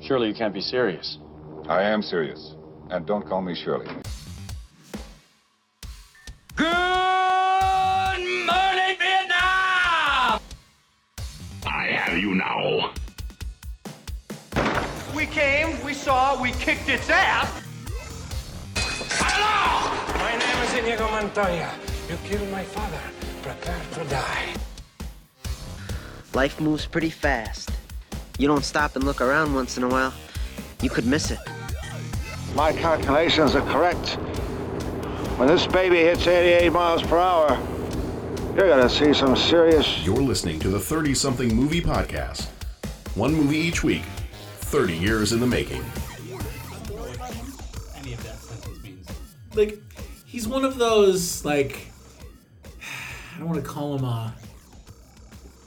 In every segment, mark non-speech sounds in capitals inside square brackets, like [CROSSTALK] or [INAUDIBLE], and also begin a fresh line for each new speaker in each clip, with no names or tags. Surely you can't be serious.
I am serious. And don't call me Shirley.
Good morning, Vietnam!
I have you now.
We came, we saw, we kicked its ass.
Hello!
My name is Inigo Montoya. You killed my father. Prepare to die.
Life moves pretty fast. You don't stop and look around once in a while, you could miss it.
My calculations are correct. When this baby hits 88 miles per hour, you're gonna see some serious.
You're listening to the 30 something movie podcast. One movie each week, 30 years in the making.
any of that sentence means. Like, he's one of those like [SIGHS] I don't want to call him a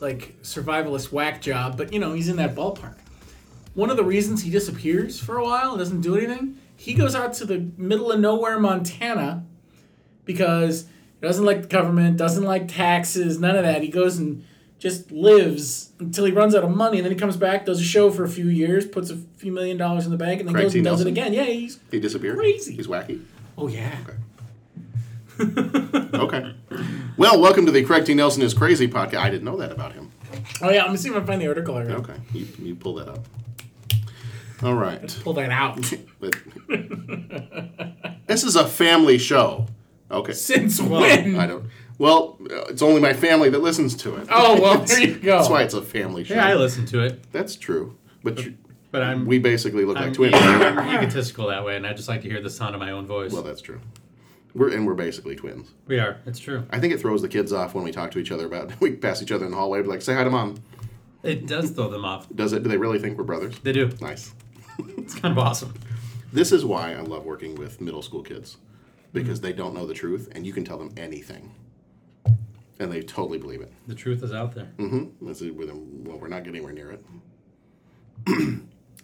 like survivalist whack job, but you know he's in that ballpark. One of the reasons he disappears for a while and doesn't do anything, he goes out to the middle of nowhere, Montana, because he doesn't like the government, doesn't like taxes, none of that. He goes and just lives until he runs out of money, and then he comes back, does a show for a few years, puts a few million dollars in the bank, and then
Craig
goes
T.
and does it
Nelson?
again. Yeah, he's
He disappeared.
Crazy.
He's wacky.
Oh yeah.
Okay. well, welcome to the Craig T. Nelson is Crazy podcast. I didn't know that about him.
Oh yeah. I'm gonna see if I can find the article. I read.
Okay. You, you pull that up. All right.
Pull
[LAUGHS]
that out.
But- this is a family show. Okay.
Since
Well,
when?
I don't. Well, uh, it's only my family that listens to it.
Oh, well, there you
[LAUGHS]
go.
That's why it's a family show.
Yeah,
I listen to it,
That's true. But you,
but I'm
we basically look
I'm
like twins.
e- egotistical that way, and I just like to hear the sound of my own voice.
well, that's true. We're and we're basically twins.
we are. It's true.
I think it throws the kids off when we talk to each other about [LAUGHS] we pass each other in the hallway, be like, say hi to mom.
It does throw them off.
Does it? Do they really think we're brothers?
They do.
Nice.
It's kind of awesome.
This is why I love working with middle school kids because they don't know the truth and you can tell them anything and they totally believe it.
The truth is out there.
Mm-hmm. This is with them. Well, we're not getting anywhere near it.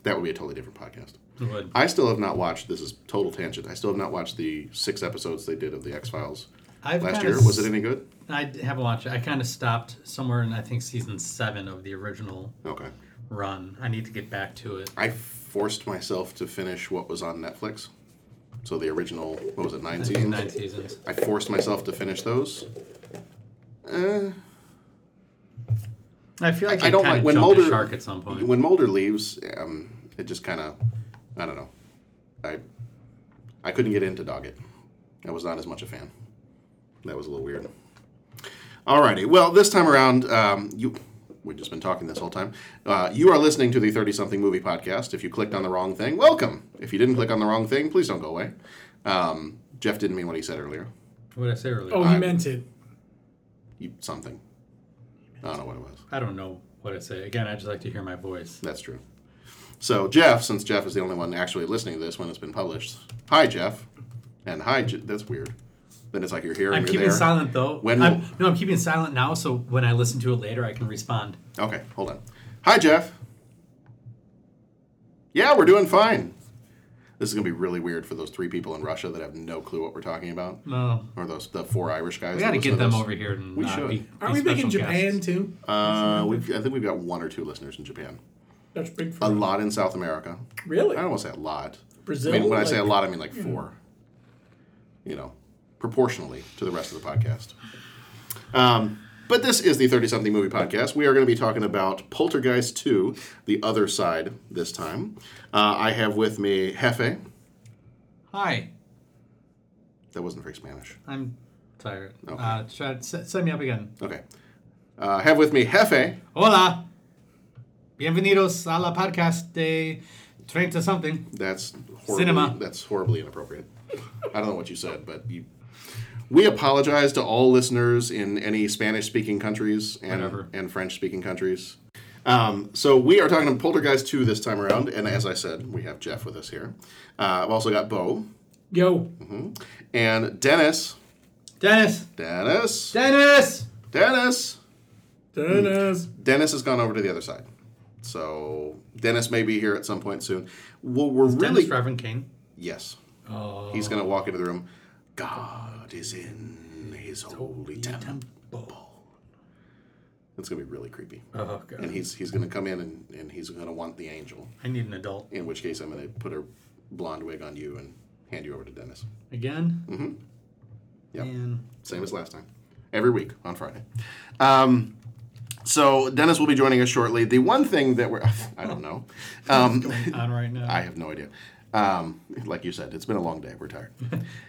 that would be a totally different podcast.
It would.
I still have not watched. This is total tangent. I still have not watched the six episodes they did of the X Files
I've
last
kinda
year.
s-
Was it any good?
I d- haven't watched it. I kind of stopped somewhere in I think season seven of the original
Okay.
run. I need to get back to it.
I forced myself to finish what was on Netflix. So the original, what was it, nine
I think it's
seasons?
nine seasons.
I forced myself to finish those. Uh,
I feel like
I don't like when
Mulder
Mulder.
the shark at some point.
When Mulder leaves, um, it just kind of, I don't know. I, I couldn't get into Doggett. I was not as much a fan. That was a little weird. Alrighty. Well, this time around, um, you. We've just been talking this whole time. Uh, you are listening to the 30 something movie podcast. If you clicked on the wrong thing, welcome. If you didn't click on the wrong thing, please don't go away. Um, Jeff didn't mean what he said earlier.
what did I say earlier?
Oh, he meant it.
You, something. I don't know what it was.
I don't know what I say. Again, I just like to hear my voice.
That's true. So Jeff, since Jeff is the only one actually listening to this when it's been published, hi Jeff, and hi. Je- that's weird. Then it's like you're here. And
I'm
you're
keeping
there.
silent though.
When
I'm,
will-
no, I'm keeping silent now, so when I listen to it later, I can respond.
Okay, hold on. Hi Jeff. Yeah, we're doing fine. This is gonna be really weird for those three people in Russia that have no clue what we're talking about,
No,
or those the four Irish guys.
we got
that
to
Oh. listen
get
to
them
this.
over here. And,
We
uh,
should.
Be, be
Aren't we big in
special guests.
Japan too?
Uh, we've, I think we've got one or two listeners in Japan.
That's big for
A lot in South America.
Really?
I don't want to say a lot.
Brazil?
I mean, when I say a
Like-
lot, I mean like four. You know, proportionally to the rest of the podcast. Um, but this is the 30 something movie podcast. We are going to be talking about Poltergeist 2, The Other Side, this time. Uh, I have with me Hefe.
Hi,
That wasn't very Spanish.
I'm tired.
Okay.
Uh, should I, set, set me up again.
Okay. Uh, have with me Hefe.
Hola, bienvenidos a la podcast de 30 something.
That's horribly,
Cinema.
That's horribly inappropriate. I don't know what you said, but you. We apologize to all listeners in any Spanish-speaking countries and
Whatever.
and French-speaking countries. Um, so we are talking to Poltergeist 2 this time around, and as I said, we have Jeff with us here. Uh, I've also got Bo
Yo,
Hmm. and Dennis.
Dennis,
Dennis.
Dennis.
Dennis.
Dennis.
Dennis has gone over to the other side, so Dennis may be here at some point soon. Well, we're really
Dennis Reverend King.
Yes. He's going to walk into the room. God is in his holy temple. It's gonna be really creepy.
Uh-huh.
Oh, God.
And he's he's gonna come in and, and he's gonna want the angel.
I need an adult.
In which case, I'm gonna put a blonde wig on you and hand you over to Dennis.
Again?
Mm-hmm. Yep.
And
Same as last time. Every week on Friday. Um, so Dennis will be joining us shortly. The one thing that we're [LAUGHS] I don't know. Um,
on right now.
I have no idea. Um, like you said, it's been a long day. We're tired.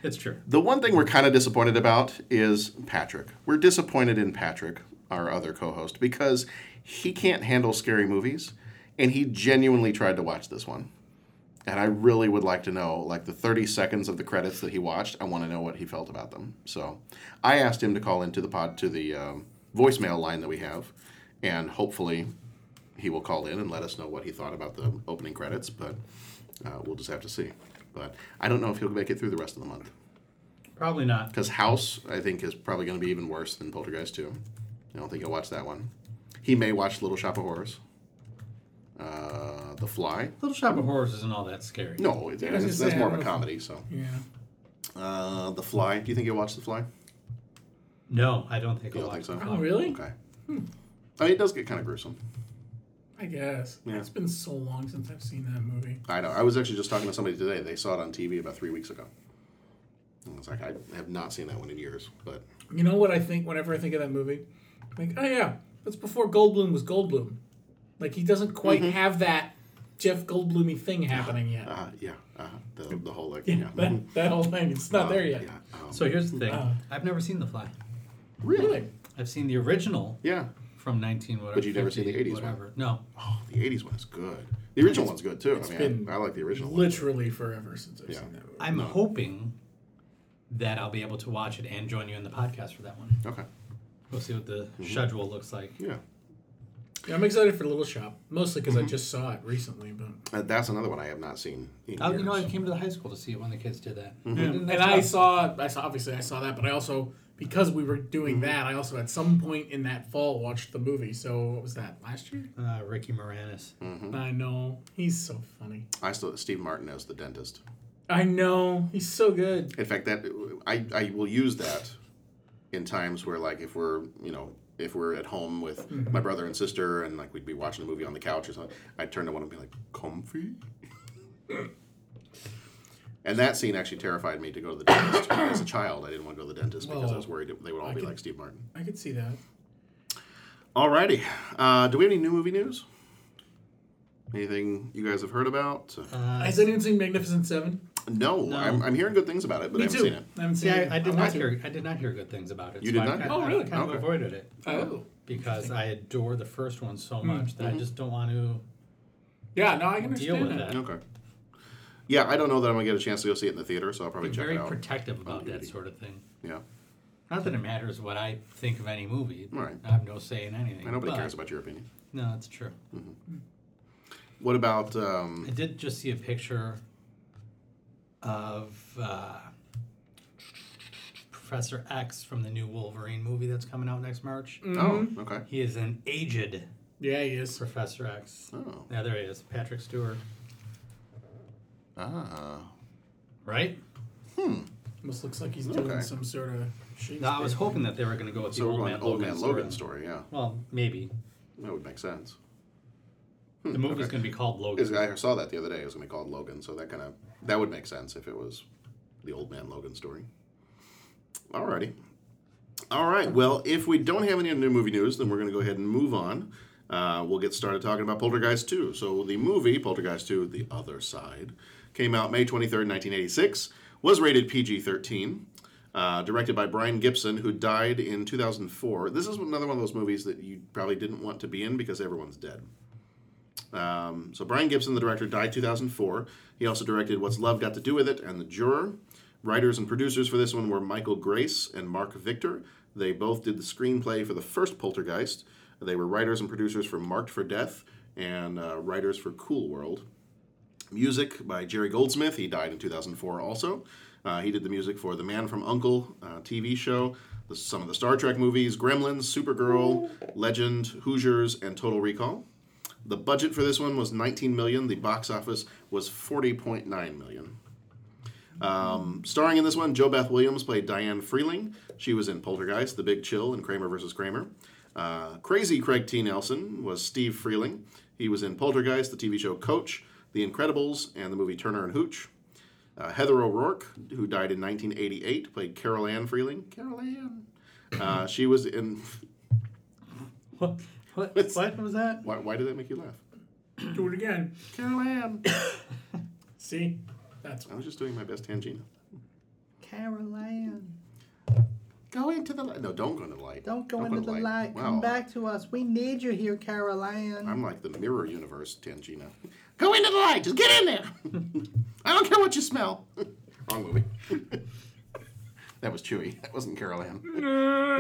It's true.
The one thing we're kind of disappointed about is Patrick. We're disappointed in Patrick, our other co host, because he can't handle scary movies, and he genuinely tried to watch this one. And I really would like to know, like the 30 seconds of the credits that he watched, I want to know what he felt about them. So I asked him to call into the pod, to the um, voicemail line that we have, and hopefully he will call in and let us know what he thought about the opening credits, but uh, we'll just have to see. But I don't know if he'll make it through the rest of the month.
Probably not.
Because House, I think, is probably going to be even worse than Poltergeist 2. I don't think he'll watch that one. He may watch Little Shop of Horrors. Uh, the Fly.
Little Shop of Horrors isn't all that scary.
No, it,
I was
that's,
gonna
that's
say,
more of a
I don't know if-
comedy, so.
Yeah. Oh,
Uh, the Fly. Do you think he'll watch The Fly?
No, I don't think
You
I'll
don't think
watch Hmm.
so?
that.
Oh, really?
Okay. I mean, it does get kind of gruesome.
I guess.
Yeah.
It's been so long since I've seen that movie.
I know. I was actually just talking to somebody today. They saw it on TV about three weeks ago. And I was like, I have not seen that one in years, but
You know what I think whenever I think of that movie? I'm like, oh yeah, that's before Goldblum was Goldblum. Like he doesn't quite
Mm-hmm.
have that Jeff Goldblumy thing happening yet.
uh, yeah, uh, the, the whole like,
yeah,
yeah, Mm-hmm.
That, that whole thing, it's not
Uh,
there yet.
yeah, um,
So here's the thing.
Wow.
I've never seen The Fly.
Really?
I've seen the original
yeah.
from 19 whatever.
But you've never seen the
50,
80s one?
whatever. No.
Oh, the '80s one is good. The original one's good too. I mean,
been
I, I like the original one.
Literally forever since I've
Yeah.
seen that movie.
I'm hoping that I'll be able to watch it and join you in the podcast for that one.
Okay.
We'll see what the schedule looks like.
Mm-hmm. Yeah,
Yeah, I'm excited for Little Shop, mostly because
Mm-hmm.
I just saw it recently. But
Uh, that's another one I have not seen. In
Oh,
years.
you know, I came to the high school to see it when the kids did that.
Mm-hmm.
and I saw, I saw obviously I saw that, but I also because we were doing
Mm-hmm.
that, I also at some point in that fall watched the movie. So what was that last year?
uh, Ricky Moranis.
Mm. Mm-hmm.
I know he's so funny.
I still Steve Martin as the dentist.
I know he's so good.
In fact, that I I will use that in times where like if we're you know if we're at home with my brother and sister and like we'd be watching a movie on the couch or something, I'd turn to one and be like, "Comfy." [LAUGHS] And that scene actually terrified me to go to the dentist. As a child, I didn't want to go to the dentist because I was worried they would all be like Steve Martin.
I could see that.
Alrighty. Uh, do we have any new movie news? Anything you guys have heard about?
Uh,
Has anyone seen Magnificent Seven?
no, I'm, I'm hearing good things about it, but I
Me
haven't
too.
seen it.
I haven't seen
See,
it.
I, I did
want
not
to.
hear. I did not hear good things about it.
You
so
did
I
not?
kind-
Oh,
I
really?
Kind of
Okay.
avoided it
Oh.
because I adore the first one so much that
Mm-hmm.
I just don't want to
Yeah, no, Hmm. I can
deal
understand
with
that.
that.
Okay. Yeah, I don't know that I'm gonna get a chance to go see it in the theater, so I'll probably
I'm
check
very
it out.
protective about that
DVD.
sort of thing.
yeah,
Not that it matters what I think of any movie.
Right.
I have no say in anything.
and nobody
but-
cares about your opinion.
No, that's true.
What about?
I
Um,
did just see a picture of uh, Professor X from the new Wolverine movie that's coming out next March.
Oh, okay.
He is an aged
Yeah, he is.
Professor X.
Oh,
Yeah, there he is, Patrick Stewart.
ah,
Right?
Almost looks like he's doing
Okay.
some sort of.
No, I was
Shakespeare.
hoping that they were going to go with the
so we're
old
going
man,
old
Logan,
man Logan
story.
story. Yeah,
Well, maybe
that would make sense.
the movie's
Hmm, okay.
going to be called Logan.
Is- I saw that the other day. It was gonna be called Logan, so that kind of that would make sense if it was the old man Logan story. Alrighty. All right. Well, if we don't have any new movie news, then we're going to go ahead and move on. Uh, we'll get started talking about Poltergeist 2. So, the movie Poltergeist 2: The Other Side came out May 23rd, 1986. Was rated PG-13. Uh, directed by Brian Gibson, who died in 2004. This is another one of those movies that you probably didn't want to be in because everyone's dead. Um, so Brian Gibson, the director, died 2004. He also directed What's Love Got to Do with It and The Juror. Writers and producers for this one were Michael Grace and Mark Victor. They both did the screenplay for the first Poltergeist. They were writers and producers for Marked for Death and uh, writers for Cool World. Music by Jerry Goldsmith. He died in 2004 also. Uh, he did the music for The Man from Uncle uh, TV show, the, some of the Star Trek movies, Gremlins, Supergirl, Legend, Hoosiers, and Total Recall. The budget for this one was 19 million. The box office was 40.9 million. Um, starring in this one, Joe Beth Williams played Diane Freeling. She was in Poltergeist, The Big Chill, and Kramer vs. Kramer. Uh, Crazy Craig T. Nelson was Steve Freeling. He was in Poltergeist, the TV show Coach, The Incredibles, and the movie Turner and Hooch. Uh, Heather O'Rourke, who died in 1988, played Carol Ann Freeling. Carol Ann. Uh, she was in.
[LAUGHS] What? What, what was that?
Why, why did that make you laugh?
Do it again.
Carol Ann.
See? That's
I was just doing my best Tangina.
Caroline.
Go into the light. No, don't go into the light.
Don't go into the light. Come back to us. We need you here, Caroline.
I'm like the mirror universe, Tangina. Go into the light. Just get in there. [LAUGHS] I don't care what you smell. [LAUGHS] Wrong movie. that was Chewy. That wasn't
[LAUGHS]
Carol Ann.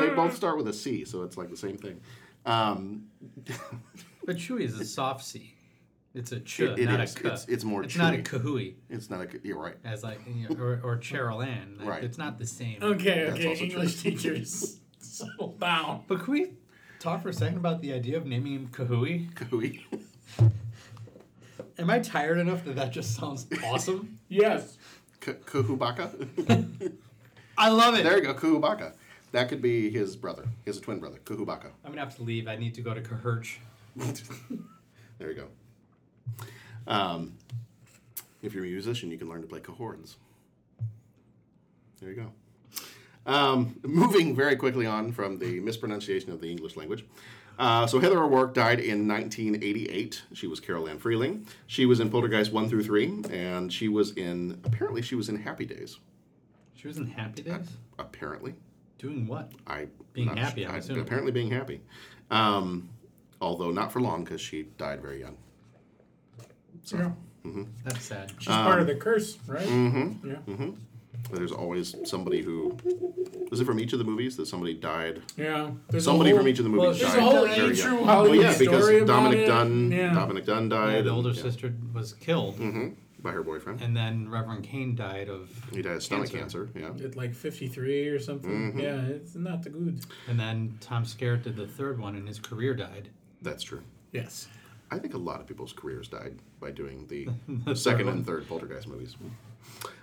they both start with a C, so it's like the same thing. Um,
But Chewy is a soft C. It's a ch,
It- it
not
is.
a k.
It's- it's more
It's not a
chewy.
kahui.
It's not a. You're right.
As like you know, or or Cheryl Ann. Like,
Right.
It's not the same.
Okay, okay, English [LAUGHS] teachers. Settle down.
But can we talk for a second about the idea of naming him Kahui?
Kahui. [LAUGHS]
Am I tired enough that that just
[LAUGHS]
sounds awesome?
yes.
[LAUGHS]
K- Kuhubaka.
I love it.
There you go, Kuhubaka. That could be his brother, his twin brother, Kuhubaka.
I'm gonna have to leave. I need to go to Kahurch.
There you go. Um, if you're a musician, you can learn to play cohorns. There you go. Um, moving very quickly on from the mispronunciation of the English language. Uh, so Heather O'Rourke died in 1988. She was Carol Ann Freeling. She was in Poltergeist 1 through 3, and she was in, apparently she was in Happy Days.
She was in Happy Days.
Apparently.
Doing what?
I
Being
not
happy,
su-
I'm
I-
assuming.
apparently being happy, um, although not for long because she died very young.
Yeah.
hmm
That's sad.
She's part of the curse, right?
Mm-hmm.
Yeah.
Mm-hmm. There's always somebody who. Is it from each of the movies that somebody died?
Yeah, there's a
somebody from
whole-
each of the
well,
movies
there's
died.
a whole
very
Andrew
young.
Hollywood
well, yeah, because
story about
Dominic
it.
Dunn.
Yeah.
Dominic Dunn
Yeah,
died.
the older
and, yeah, Mm-hmm.
sister was killed,
by her boyfriend.
and then Reverend Kane died of
He died of stomach cancer. Yeah.
At like 53 or something.
Mhm.
Yeah, it's not the good.
And then Tom Skerritt did the third one, and his career died.
That's true.
Yes.
I think a lot of people's careers died by doing the
third
second
one.
and third Poltergeist movies.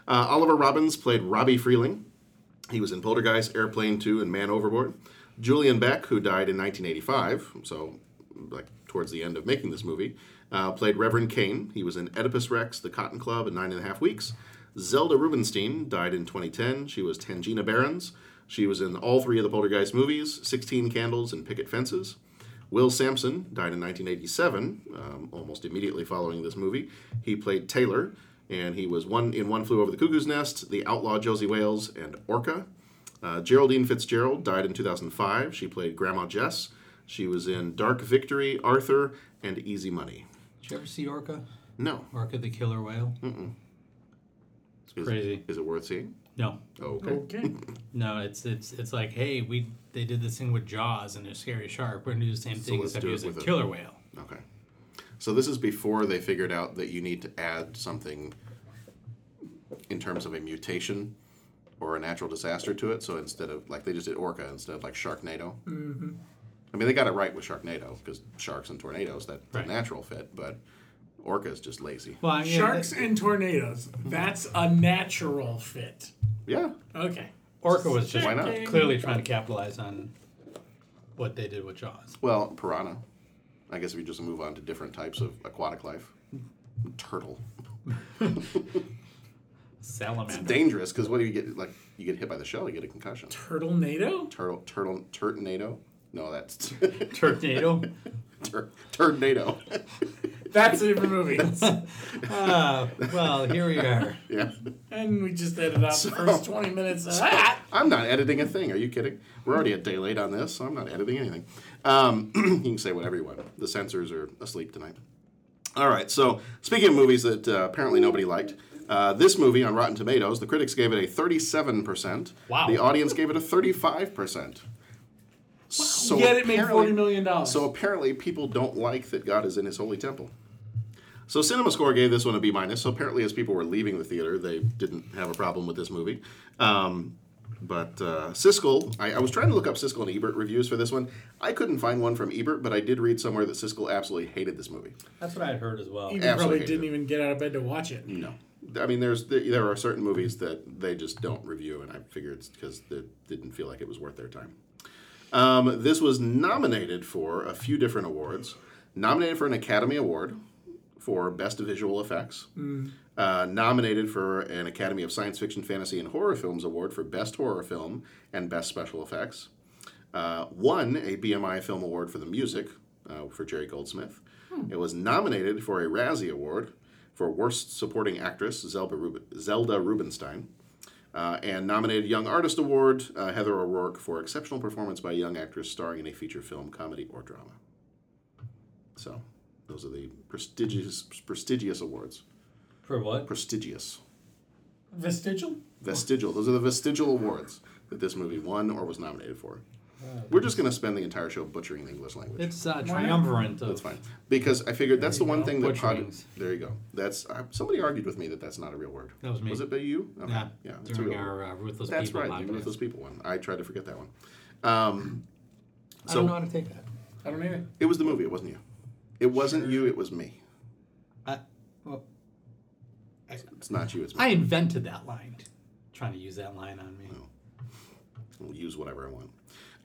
Uh, Oliver Robbins played Robbie Freeling. He was in Poltergeist, Airplane 2, and Man Overboard. Julian Beck, who died in 1985, so like towards the end of making this movie, uh, played Reverend Kane. He was in Oedipus Rex, The Cotton Club, and Nine and a Half Weeks. Zelda Rubinstein died in 2010. She was Tangina Barons. She was in all three of the Poltergeist movies, 16 Candles and Picket Fences. Will Sampson died in 1987, um, almost immediately following this movie. He played Taylor, and he was one in One Flew Over the Cuckoo's Nest, The Outlaw Josie Wales, and Orca. Uh, Geraldine Fitzgerald died in 2005. She played Grandma Jess. She was in Dark Victory, Arthur, and Easy Money.
Did you ever see Orca?
No.
Orca the killer whale?
Mm-mm. It's
crazy.
Is it worth seeing?
No.
Oh, okay. [LAUGHS]
no, it's it's it's like, hey, we they did this thing with Jaws and a scary shark. We're gonna do the same thing except use a killer whale.
Okay. So this is before they figured out that you need to add something in terms of a mutation or a natural disaster to it. So instead of like they just did orca instead of like Sharknado.
Mm-hmm.
I mean, they got it right with Sharknado because sharks and tornadoes that
Right.
natural fit, but orca is just lazy.
Sharks and tornadoes. That's a natural fit.
Yeah.
Okay.
Orca was just
Why not?
clearly trying to capitalize on what they did with Jaws.
Well, piranha. I guess if you just move on to different types of aquatic life, turtle.
Salamander.
[LAUGHS] It's dangerous because what do you get? Like you get hit by the shell, you get a concussion.
Turtle NATO?
Turtle, turtle, turtonado. No, that's [LAUGHS]
tornado.
Tur- tornado.
That's it
[LAUGHS]
for movies.
Ah, well, here we are.
Yeah.
and we just edited out
So-
the first 20 minutes of
So,
that.
I'm not editing a thing. Are you kidding? We're already a day late on this, so I'm not editing anything. Um, [CLEARS THROAT] you can say whatever you want. The censors are asleep tonight. All right. So speaking of movies that uh, apparently nobody liked, uh, this movie on Rotten Tomatoes, the critics gave it a 37 percent.
Wow.
The audience gave it a 35 percent. So
Yet it made
apparently-
$40 million.
So apparently, people don't like that God is in His holy temple. So CinemaScore gave this one a B minus. So apparently, as people were leaving the theater, they didn't have a problem with this movie. Um, but uh, Siskel, I, I was trying to look up Siskel and Ebert reviews for this one. I couldn't find one from Ebert, but I did read somewhere that Siskel absolutely hated this movie.
That's what I had heard as well.
You
absolutely Mm.
probably
hated
didn't even get out of bed to watch it.
No. I mean, there's there are certain movies that they just don't review, and I figured it's because it didn't feel like it was worth their time. Um, this was nominated for a few different awards. Nominated for an Academy Award for Best Visual Effects.
Mm.
Uh, nominated for an Academy of Science Fiction, Fantasy, and Horror Films Award for Best Horror Film and Best Special Effects. Uh, won a BMI Film Award for the music uh, for Jerry Goldsmith. It was nominated for a Razzie Award for Worst Supporting Actress, Zelda, Rub- Zelda Rubinstein. Uh, and nominated Young Artist Award, uh, Heather O'Rourke, for exceptional performance by a young actress starring in a feature film, comedy, or drama. So, those are the prestigious prestigious awards.
For what?
Prestigious.
Vestigial?
Vestigial. Those are the vestigial awards that this movie won or was nominated for. We're just going to spend the entire show butchering the English language.
It's uh, triumvirate of.
That's fine. Because I figured that's the one thing that pod-
Butcherings.
there you go. That's uh, somebody argued with me that that's not a real word.
That was me.
Was it by you?
Yeah,
Yeah. it's a
during
real word.
our uh, Ruthless
That's
People
right.
podcast.
The ruthless people one. I tried to forget that one. Um,
I don't
so
know how to take that. I don't either.
it was the movie. It wasn't you. It wasn't you. It was me.
I, well,
It's not you. It's me.
I invented that line.
Trying to use that line on
Oh.
me.
I'll use whatever I want.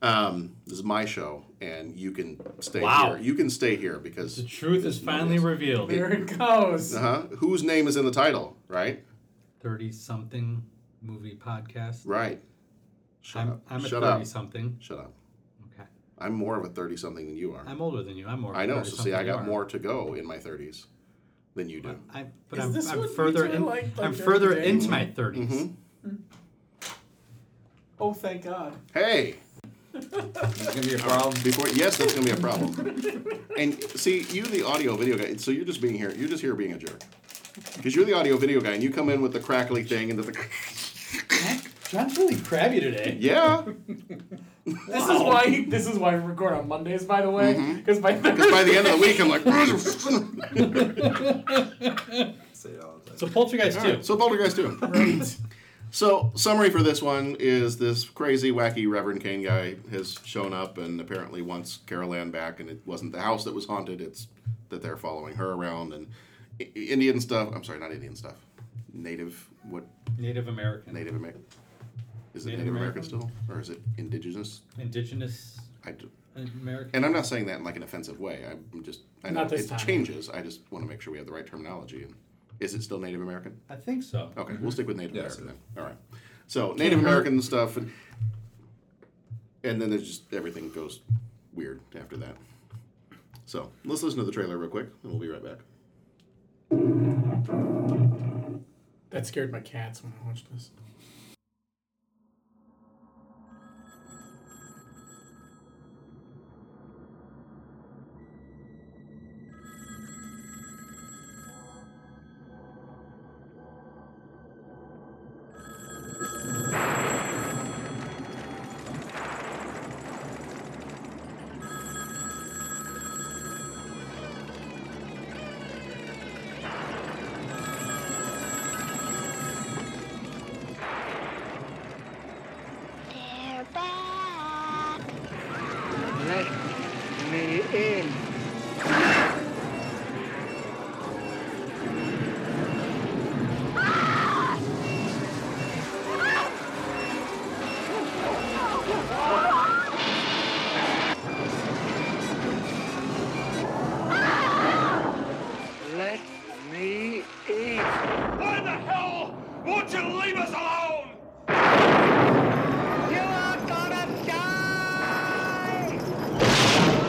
Um, this is my show, and you can stay
Wow.
here. You can stay here because
The truth is finally revealed.
There it goes.
Uh huh. Whose name is in the title? Right.
30 something movie podcast.
Right. Shut
I'm,
up.
I'm a
Shut
30
up.
something.
Shut up.
Okay.
I'm more of a thirty-something than you are.
I'm older than you. I'm more.
I know.
30
So see, I
something
got
you are.
more to go in my thirties than you do.
I, but
Is
I'm,
this
I'm
what we
further
do,
in.
like- like
I'm
during
further
the day?
into my 30s.
Mm-hmm.
Oh, thank God.
Hey.
It's gonna be a problem.
Before yes, that's gonna be a problem. and see, you the audio video guy. So you're just being here. You're just here being a jerk. Because you're the audio video guy, and you come in with the crackly thing and the. [LAUGHS]
John's really crabby today.
yeah.
This is why this is why we record on Mondays, by the way, because [LAUGHS] by
Because by the end of the week, I'm like. [LAUGHS]
[LAUGHS] So Poltergeist
All right, So Poltergeist too. [CLEARS THROAT] So summary for this one is this crazy, wacky Reverend Kane guy has shown up and apparently wants Carol Ann back, and it wasn't the house that was haunted; it's that they're following her around and I- Indian stuff. I'm sorry, not Indian stuff. Native what?
Native American.
Native American. Is it
Native
Native, American,
American?
still, or is it indigenous?
Indigenous
I d-
American.
and I'm not saying that in like an offensive way. I'm just I know
Not this
it
time.
changes. I just want to make sure we have the right terminology. Is it still Native American?
I think so.
Okay, we'll stick with Native
Yes.
American then. All right. So Native American stuff, and, and then there's just everything goes weird after that. So let's listen to the trailer real quick, and we'll be right back.
that scared my cats when I watched this.
Let me in. Let me in.
Why the hell won't you leave us alone? You are gonna die!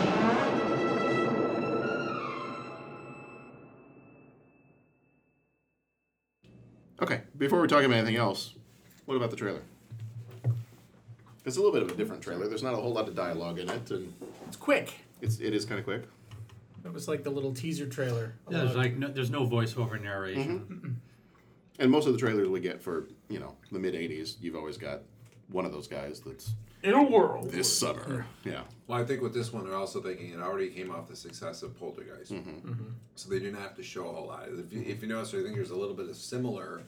Okay, before we talk about anything else, what about the trailer? It's a little bit of a different trailer. There's not a whole lot of dialogue in it, and
It's quick.
it's it is kind of quick.
It was like the little teaser trailer.
Yeah, there's like no, there's no voiceover narration.
Mm-hmm. And most of the trailers we get for you know the mid '80s, you've always got one of those guys that's
in a world.
this summer. Yeah.
Well, I think with this one, they're also thinking it already came off the success of Poltergeist, so they didn't have to show a whole lot. If you, if you notice, I think there's a little bit of similar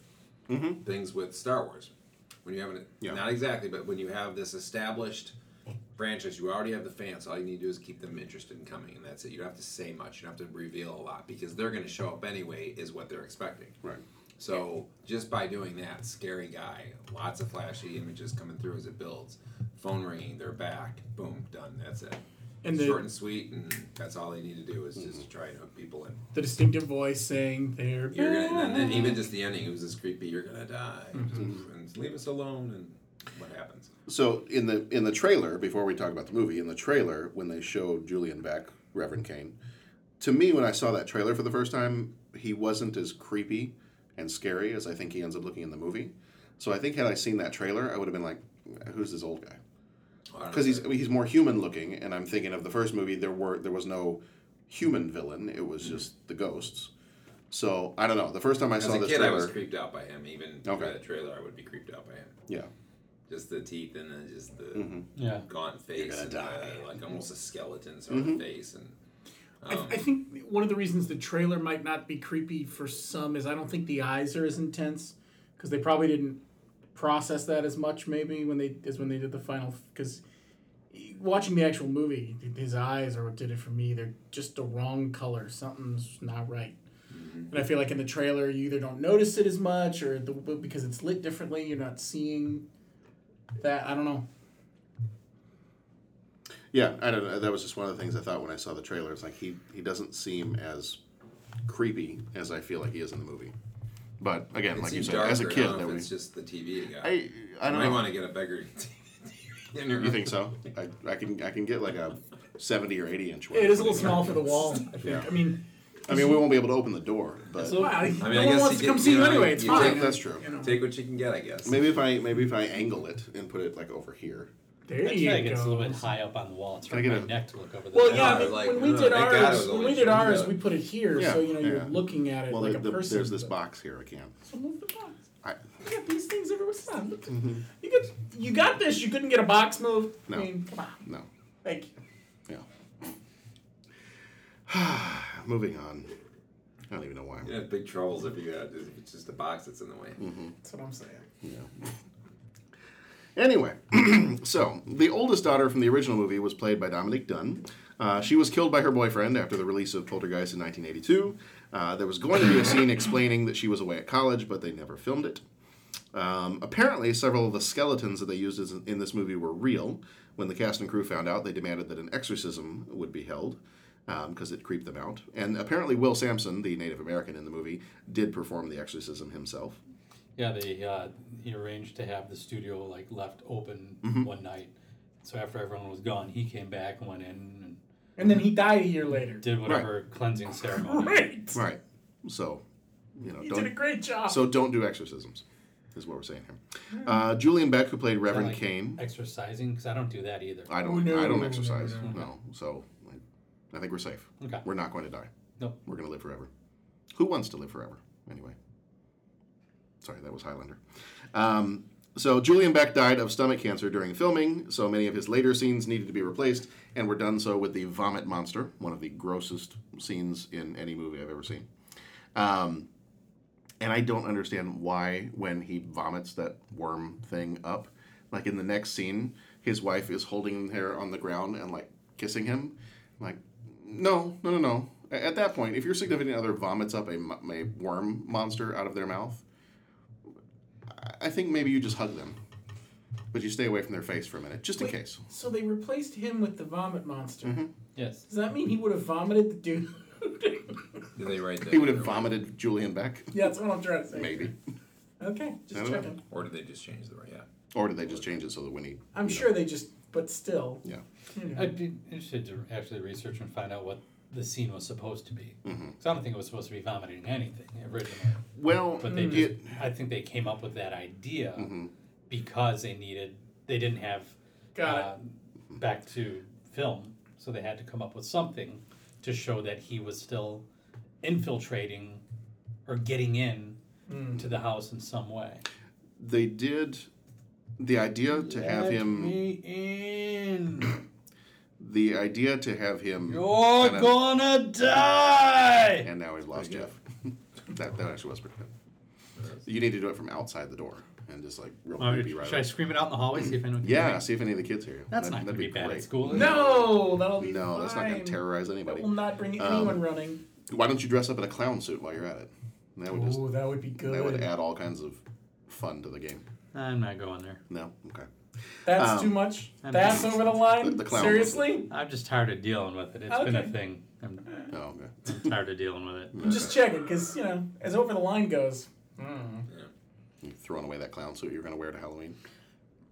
things with Star Wars. When you have an,
Yeah.
not exactly, but when you have this established franchise, you already have the fans. All you need to do is keep them interested in coming, and that's it. You don't have to say much. You don't have to reveal a lot because they're going to show up anyway. Is what they're expecting.
Right.
So just by doing that, scary guy, lots of flashy images coming through as it builds. Phone ringing, they're back. Boom, done. That's it.
And the-
short and sweet, and that's all they need to do is
Mm-hmm.
just try and hook people in.
The distinctive voice saying they're
You're gonna, and then even just the ending, it was this creepy. You're gonna die,
Mm-hmm.
and leave us alone, and what happens?
So in the in the trailer, before we talk about the movie, in the trailer when they showed Julian Beck, Reverend Kane, to me when I saw that trailer for the first time, he wasn't as creepy and scary as I think he ends up looking in the movie. So I think had I seen that trailer, I would have been like, "Who's this old guy?" Because he's I mean, he's more human looking, and I'm thinking of the first movie. There were there was no human villain; it was just the ghosts. So I don't know. The first time I
As
saw
a
this
kid,
trailer,
I was creeped out by him. Even by
Okay.
the trailer, I would be creeped out by him.
yeah,
Just the teeth and then just the
Mhm.
Yeah.
gaunt face,
gonna
and
die.
The,
Mm-hmm.
like almost a skeleton sort
Mhm.
of face, and
I, I think one of the reasons the trailer might not be creepy for some is I don't think the eyes are as intense because they probably didn't process that as much maybe when they as when they did the final because watching the actual movie his eyes are what did it for me they're just the wrong color something's not right and I feel like in the trailer you either don't notice it as much or the, because it's lit differently you're not seeing that I don't know
Yeah, I don't know. That was just one of the things I thought when I saw the trailer. It's like he he doesn't seem as creepy as I feel like he is in the movie. But again,
It
like you
seemed
said, as a
darker
kid,
enough,
that
it's
was
just the TV guy.
I- I
You
don't
might
know.
want to get a bigger [LAUGHS] TV.
you think so? I, I can I can get like a seventy or eighty inch one.
it is a little small for the wall I think
Yeah.
I mean
I mean, we won't be able to open the door, but
So- Wow, I mean, no I one guess wants you to come get- see you you know, anyway, it's you fine. take-
that's true.
you know.
Take what you can get, I guess.
Maybe if I maybe if I angle it and put it like over here.
There
I
you
feel like it's a little
go.
bit high up on the wall. It's
Can I
hard for
get
my
a-
neck to look over the
Well,
top.
yeah, I mean, when
uh,
we did ours, when we did ours, we put it here,
Yeah,
so you know you're
yeah.
looking at it
Well,
like
the-
a
the-
person.
there's this box here. I can.
So move the box.
I, Mm-hmm.
You got these things everywhere. Son, look, You got you got this. You couldn't get a box moved.
No.
I mean, come on.
no.
Like
[SIGHS] Moving on. I don't even know why. I'm
You have big troubles if you got if it's just a box that's in the way.
Mm-hmm.
that's what I'm saying.
Yeah. Anyway, [CLEARS THROAT] so the oldest daughter from the original movie was played by Dominique Dunn. Uh, she was killed by her boyfriend after the release of Poltergeist in 1982. Uh, there was going to be a scene explaining that she was away at college, but they never filmed it. Um, apparently, several of the skeletons that they used as in this movie were real. When the cast and crew found out, they demanded that an exorcism would be held because it creeped them out. And apparently, Will Sampson, the Native American in the movie, did perform the exorcism himself.
Yeah, they uh, he arranged to have the studio like left open
Mhm.
one night. So after everyone was gone, he came back and went in
And then he died a year later. [LAUGHS]
and did whatever cleansing ceremony.
Great.
Right. So, you know,
You
don't,
did a great job.
so don't do exorcisms, is what we're saying here. Uh, Julian Beck, who played Reverend
like
Kane,
Exercising because I don't do that either.
I
Oh,
don't,
no,
I
no,
don't
no,
exercise.
no,
No,
no,
so like, I think we're safe.
Okay.
We're not going to die.
Nope.
We're going to live forever. Who wants to live forever anyway? Sorry, that was Highlander. Um, so Julian Beck died of stomach cancer during filming, so many of his later scenes needed to be replaced, and were done so with the vomit monster, one of the grossest scenes in any movie I've ever seen. Um, and I don't understand why when he vomits that worm thing up, like in the next scene, his wife is holding him there on the ground and like kissing him. like, no, no, no, no. A- At that point, if your significant other vomits up a, mo- a worm monster out of their mouth, I- I think maybe you just hug them, but you stay away from their face for a minute, just in
Wait,
case.
So they replaced him with the vomit monster.
Mm-hmm.
Yes.
Does that mean he would have vomited the dude? [LAUGHS]
Did they write that?
He would have vomited Julian Beck,
yeah, that's what I'm trying to say.
maybe,
Okay,
I
just
don't know.
checking.
Or did they just change the yeah?
or did they just change it so that when he?
I'm
you know,
sure they just, but still.
Yeah.
You know.
I'd be interested to actually research and find out what the scene was supposed to be. Because I don't think it was supposed to be vomiting anything originally.
Well,
But they
Hmm. it-
just, I think they came up with that idea because they needed, they didn't have
Got it.
um, back to film, so they had to come up with something to show that he was still infiltrating or getting in to the house in some way.
they did the idea to have
Let
him
me
[COUGHS]
in.
the idea to have him
You're
kinda-
gonna die.
and now we've lost Jeff. [LAUGHS] that that actually was pretty good. You need to do it from outside the door and just like real
Oh,
creepy right
should I
away.
scream it out in the hallway? See if anyone. Can hear
Yeah,
me?
see if any of the kids hear you.
That's
That-
not gonna
that'd
be, bad
great.
at school. is it?
No, that'll be
No, that's not gonna um,
fine.
terrorize anybody.
That will not bring anyone running.
Why don't you dress up in a clown suit while you're at it? That would just
Ooh, that would be good.
That would add all kinds of fun to the game.
I'm not going there.
No, okay.
That's
Um,
too much.
I'm
That's
just-
over the line.
The- the clown.
Seriously?
I'm just tired of dealing with it. It's been a
Okay.
thing. I'm,
oh, okay. [LAUGHS]
I'm tired of dealing with
Mm.
it.
I'm just checking because you know, as over the line
[LAUGHS]
goes, [LAUGHS] mm,
You've thrown away that clown suit you're going to wear to Halloween.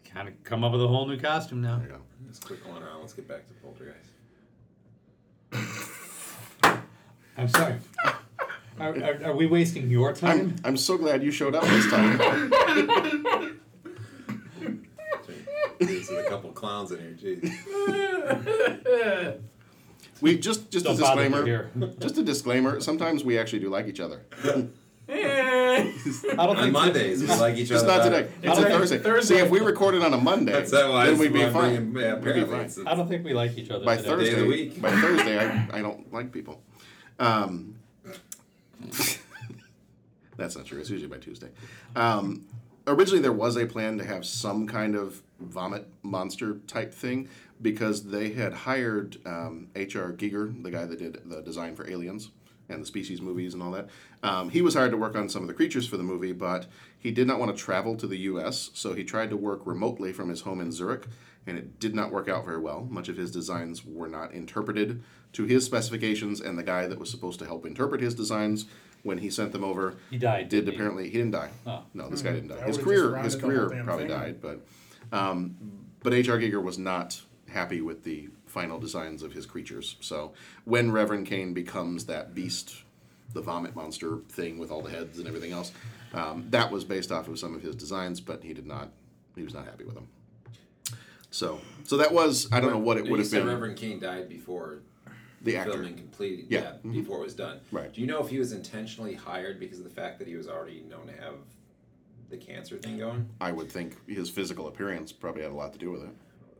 kind of come up with a whole new costume now.
Let's quit going around. Let's get back to Poltergeist.
I'm sorry. [LAUGHS] Are, are, are we wasting your time?
I'm, I'm so glad you showed up this time.
There's a couple clowns in here. Jeez.
Oh,
We just just a
Don't bother me
disclaimer. [LAUGHS] Just a disclaimer. Sometimes we actually do like each other.
eh.
I don't
On
think
Mondays, we like each
Just
other.
not
better.
today. It's a
It's
Thursday.
Thursday.
See, if we recorded on a Monday,
That's that why.
then we'd be
why I'm
fine.
bringing- yeah,
We'd be
apparently
fine.
it's a-
I don't think we like each other.
By
today.
Thursday,
the week.
by Thursday, I, I don't like people. Um, that's not true. It's usually by Tuesday. Um, originally, there was a plan to have some kind of vomit monster type thing because they had hired um, H.R. Giger, the guy that did the design for Aliens and the Species movies and all that. Um, he was hired to work on some of the creatures for the movie, but he did not want to travel to the U.S., so he tried to work remotely from his home in Zurich, and it did not work out very well. Much of his designs were not interpreted to his specifications, and the guy that was supposed to help interpret his designs when he sent them over
He died,
did
didn't he?
apparently he didn't die
Oh.
no this guy didn't die
Hmm. That
his
would've
career
just
his
rounded the whole
career
damn
probably
thing up.
died but um, but hr giger was not happy with the final designs of his creatures so when reverend kane becomes that beast the vomit monster thing with all the heads and everything else um, that was based off of some of his designs but he did not he was not happy with them so so that was i don't know what it
You
would have
said
been
Reverend King died before
the actor
filming completed.
Yeah. Mm-hmm.
Yeah, before it was done.
Right.
Do you know if he was intentionally hired because of the fact that he was already known to have the cancer thing going?
i would think his physical appearance probably had a lot to do with it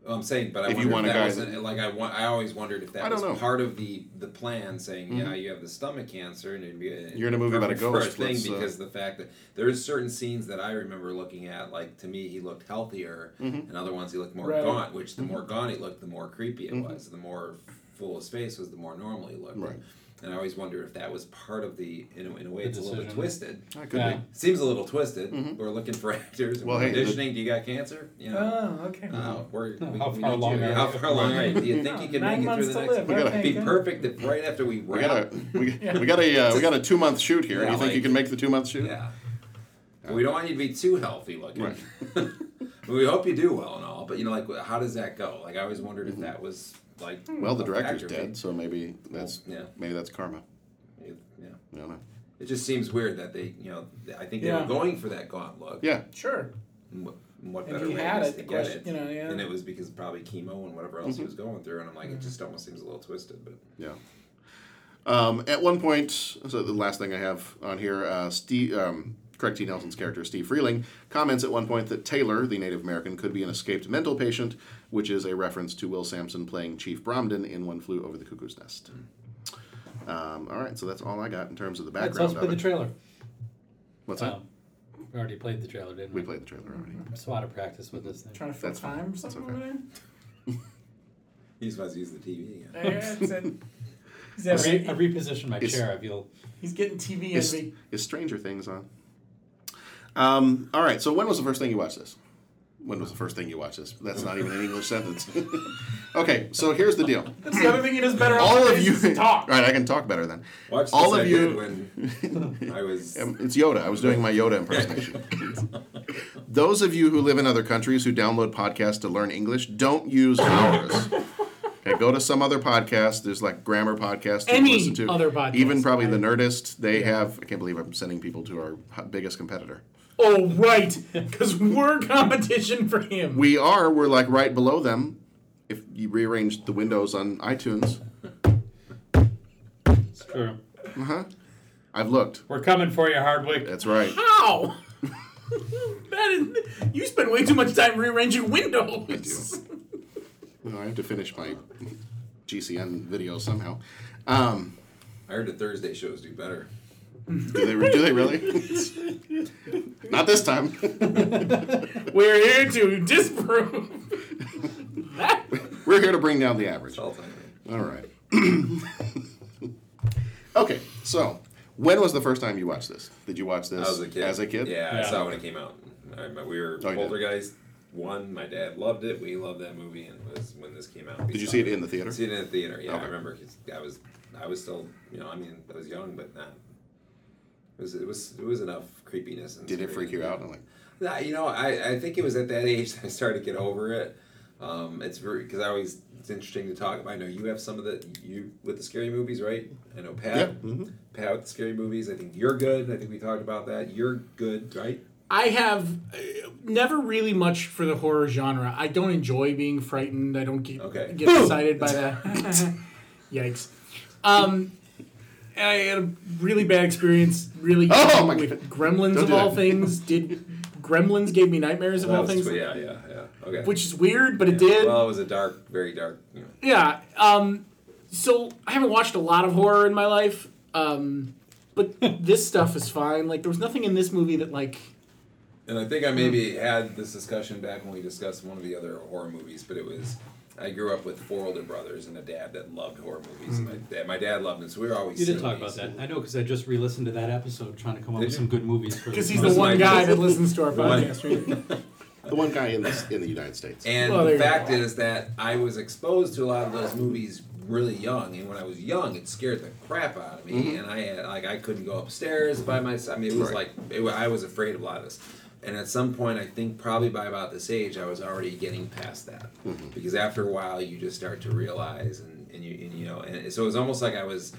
Well, I'm saying, but I
If you
wonder
want a
if that
guy
wasn't like I want. I always wondered if
I
that
don't
was
know. Mm-hmm.
part of the the plan, saying yeah, you have the stomach cancer and it'd be a,
You're in a movie about a
perfect
ghost,
for thing
let's, uh,
because the fact that there's certain scenes that I remember looking at, like to me he looked healthier,
Mm-hmm.
and other ones he looked more
Right.
gaunt. Which the more gaunt he looked, the more creepy it was. The more full his face was, the more normal he looked.
Mm-hmm. Right.
And I always wonder if that was part of the in a, in a way it's a little bit
decision.
twisted.
i could
Yeah.
be
Seems a little twisted. We're looking for [LAUGHS] actors.
Mm-hmm.
and
Well,
we're
hey, the-
auditioning. Do you got cancer? You know.
Oh, okay.
Uh,
Oh, we're, we,
how
we
far
need
along
you.
are
How
we?
far along are you? Do [LAUGHS] you think
No,
you can
nine
make it
months
through the
to
next?
live.
We gotta
Okay,
be
good.
perfect if right after we
We
wrap.
got a [LAUGHS] we, we got a uh, we got a two month shoot here.
Yeah,
you think you
like-
can make the two month shoot?
yeah. But we don't want you to be too healthy looking.
Right.
[LAUGHS] we hope you do well and all, but you know, like, how does that go? Like, I always wondered if that was like.
Hmm.
Well, the director's
factor.
dead, so maybe that's
Yeah.
maybe that's karma.
It, yeah.
I don't know.
It just seems weird that they, you know, I think they
Yeah.
were going for that gaunt look.
Yeah,
Sure.
And what, and what
And
better
he
way
had
was
it,
to
the
get
question-
it?
you know, yeah. Mm-hmm.
And it was because probably chemo and whatever else he was going through, and I'm like, it just almost seems a little twisted, but.
yeah. Um, at one point, so the last thing I have on here, uh, Steve, um, Craig T. Nelson's character Steve Freeling comments at one point that Taylor, the Native American, could be an escaped mental patient, which is a reference to Will Sampson playing Chief Bromden in One Flew Over the Cuckoo's Nest.
Hmm.
Um, all right, so that's all I got in terms of the
Let's let's
background
play
of
the
it.
trailer.
What's that?
Oh.
Um, we already played the trailer, didn't we?
We played the trailer already.
I'm so out of practice with this thing.
Trying to fill
That's fine.
time or
That's
something
okay.
over
He's supposed to use the TV again.
there. Yeah,
[LAUGHS]
it's it. He's,
I,
having-
re- I repositioned my
It's-
chair. I feel
he's getting TV
is,
envy.
is Stranger Things on? Um, all right. So when was the first thing you watched this? When was the first thing you watched this? That's not even an English sentence. [LAUGHS] okay. So here's the deal.
That's the other thing he does better.
All of you
talk.
All [LAUGHS] right, I can talk better then.
Watch this
All
I
of
did
you.
when I
[LAUGHS]
was.
Um, It's Yoda. I was doing my Yoda
[LAUGHS]
impersonation. Those of you who live in other countries who download podcasts to learn English, don't use
[LAUGHS]
ours. Okay, go to some other podcast. There's like grammar podcasts. you can
Any
listen to.
other podcast.
Even probably the Nerdist. They have. I can't believe I'm sending people to our h- biggest competitor.
Oh right, because we're competition for him.
We are. We're like right below them. If you rearrange the windows on iTunes,
it's true.
uh-huh. I've looked.
We're coming for you, Hardwick.
That's right.
How? that is. You spend way too much time rearranging windows.
I do. Well, I have to finish my GCN video somehow. Um,
I heard the Thursday shows do better.
do they? Do they really?
[LAUGHS]
Not this time.
We're here to disprove that.
We're here to bring down the average.
All time.
All right. [CLEARS THROAT] okay, so When was the first time you watched this? Did you watch this
I was a kid.
as a kid?
Yeah, I saw it when it came out. I, remember we were
Oh, you did.
Poltergeist one. My dad loved it. We loved that movie, and it was when this came out. we
Did you
saw
see it in the theater?
See it in the theater. Yeah,
Okay.
I remember. 'cause I was, I was still, you know, I mean, I was young, but not. It was, it was, it was enough creepiness. And
Did it
scary.
freak you out? I'm like,
Nah, you know, I, I think it was at that [LAUGHS] age that I started to get over it. Um, it's very because I always it's interesting to talk. about. I know you have some of the you with the scary movies, right? I know Pat.
Yeah, mhm.
Pat with the scary movies. I think you're good. I think we talked about that. You're good, right?
I have uh, never really much for the horror genre. I don't enjoy being frightened. I don't get, get
Boom.
excited by that. [LAUGHS] Yikes. Um, I had a really bad experience. Really
Oh, my
with Gremlins
Don't
of
do
all
that.
things. Did Gremlins gave me nightmares of
That
all
was
things?
tw- yeah, yeah, yeah. Okay.
Which is weird, but it
Yeah.
did.
Well, it was a dark, very dark. You know.
Yeah. Um, so I haven't watched a lot of horror in my life, um, but this stuff is fine. Like there was nothing in this movie that like
And I think I maybe had this discussion back when we discussed one of the other horror movies, but it was I grew up with four older brothers and a dad that loved horror movies. And my, dad, my dad loved them, so we were always.
You did
seeing
talk about
these.
that. I know because I just re-listened to that episode trying to come up
Did
with
you?
some good movies. for
'Cause
this
he's the
month.
one guy that listens to our
[LAUGHS] The one-
podcast. Right?
the one guy in the, in the United States.
And
Well, there you
the
go.
fact is that I was exposed to a lot of those movies really young, and when I was young, it scared the crap out of me,
Mm-hmm.
Mhm.
and I had like I couldn't go upstairs by myself. I mean, it was
Right.
like it, wa- I was afraid of a lot of this. And at some point, I think probably by about this age, I was already getting past that
Mm-hmm.
Mhm.
because after a while, you just start to realize, and, and you and, you know, and so it was almost like I was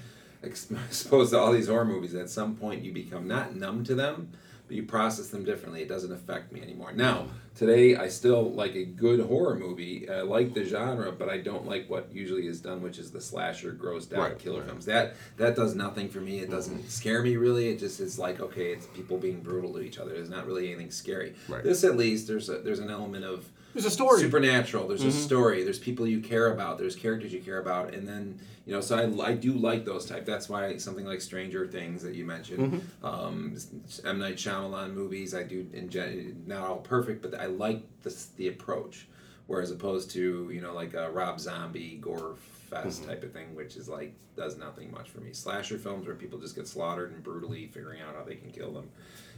ex- [LAUGHS] exposed to all these horror movies. At some point, you become not numb to them, but you process them differently. It doesn't affect me anymore. Now, today, I still like a good horror movie. I like the genre, but I don't like what usually is done, which is the slasher, grossed out
Right,
killer
right. Mm-hmm.
films. That that does nothing for me. It doesn't scare me really. It just is like okay, it's people being brutal to each other. There's not really anything scary.
Right.
This at least there's a, there's an element of
There's a story.
supernatural. There's a
Mhm.
story. There's people you care about. There's characters you care about, and then you know. So I, I do like those type. That's why something like Stranger Things that you mentioned, um, M Night Shyamalan movies. I do in gen- not all perfect, but I like the the approach. Whereas opposed to you know like a Rob Zombie gore fest type of thing, which is like does nothing much for me. Slasher films where people just get slaughtered and brutally figuring out how they can kill them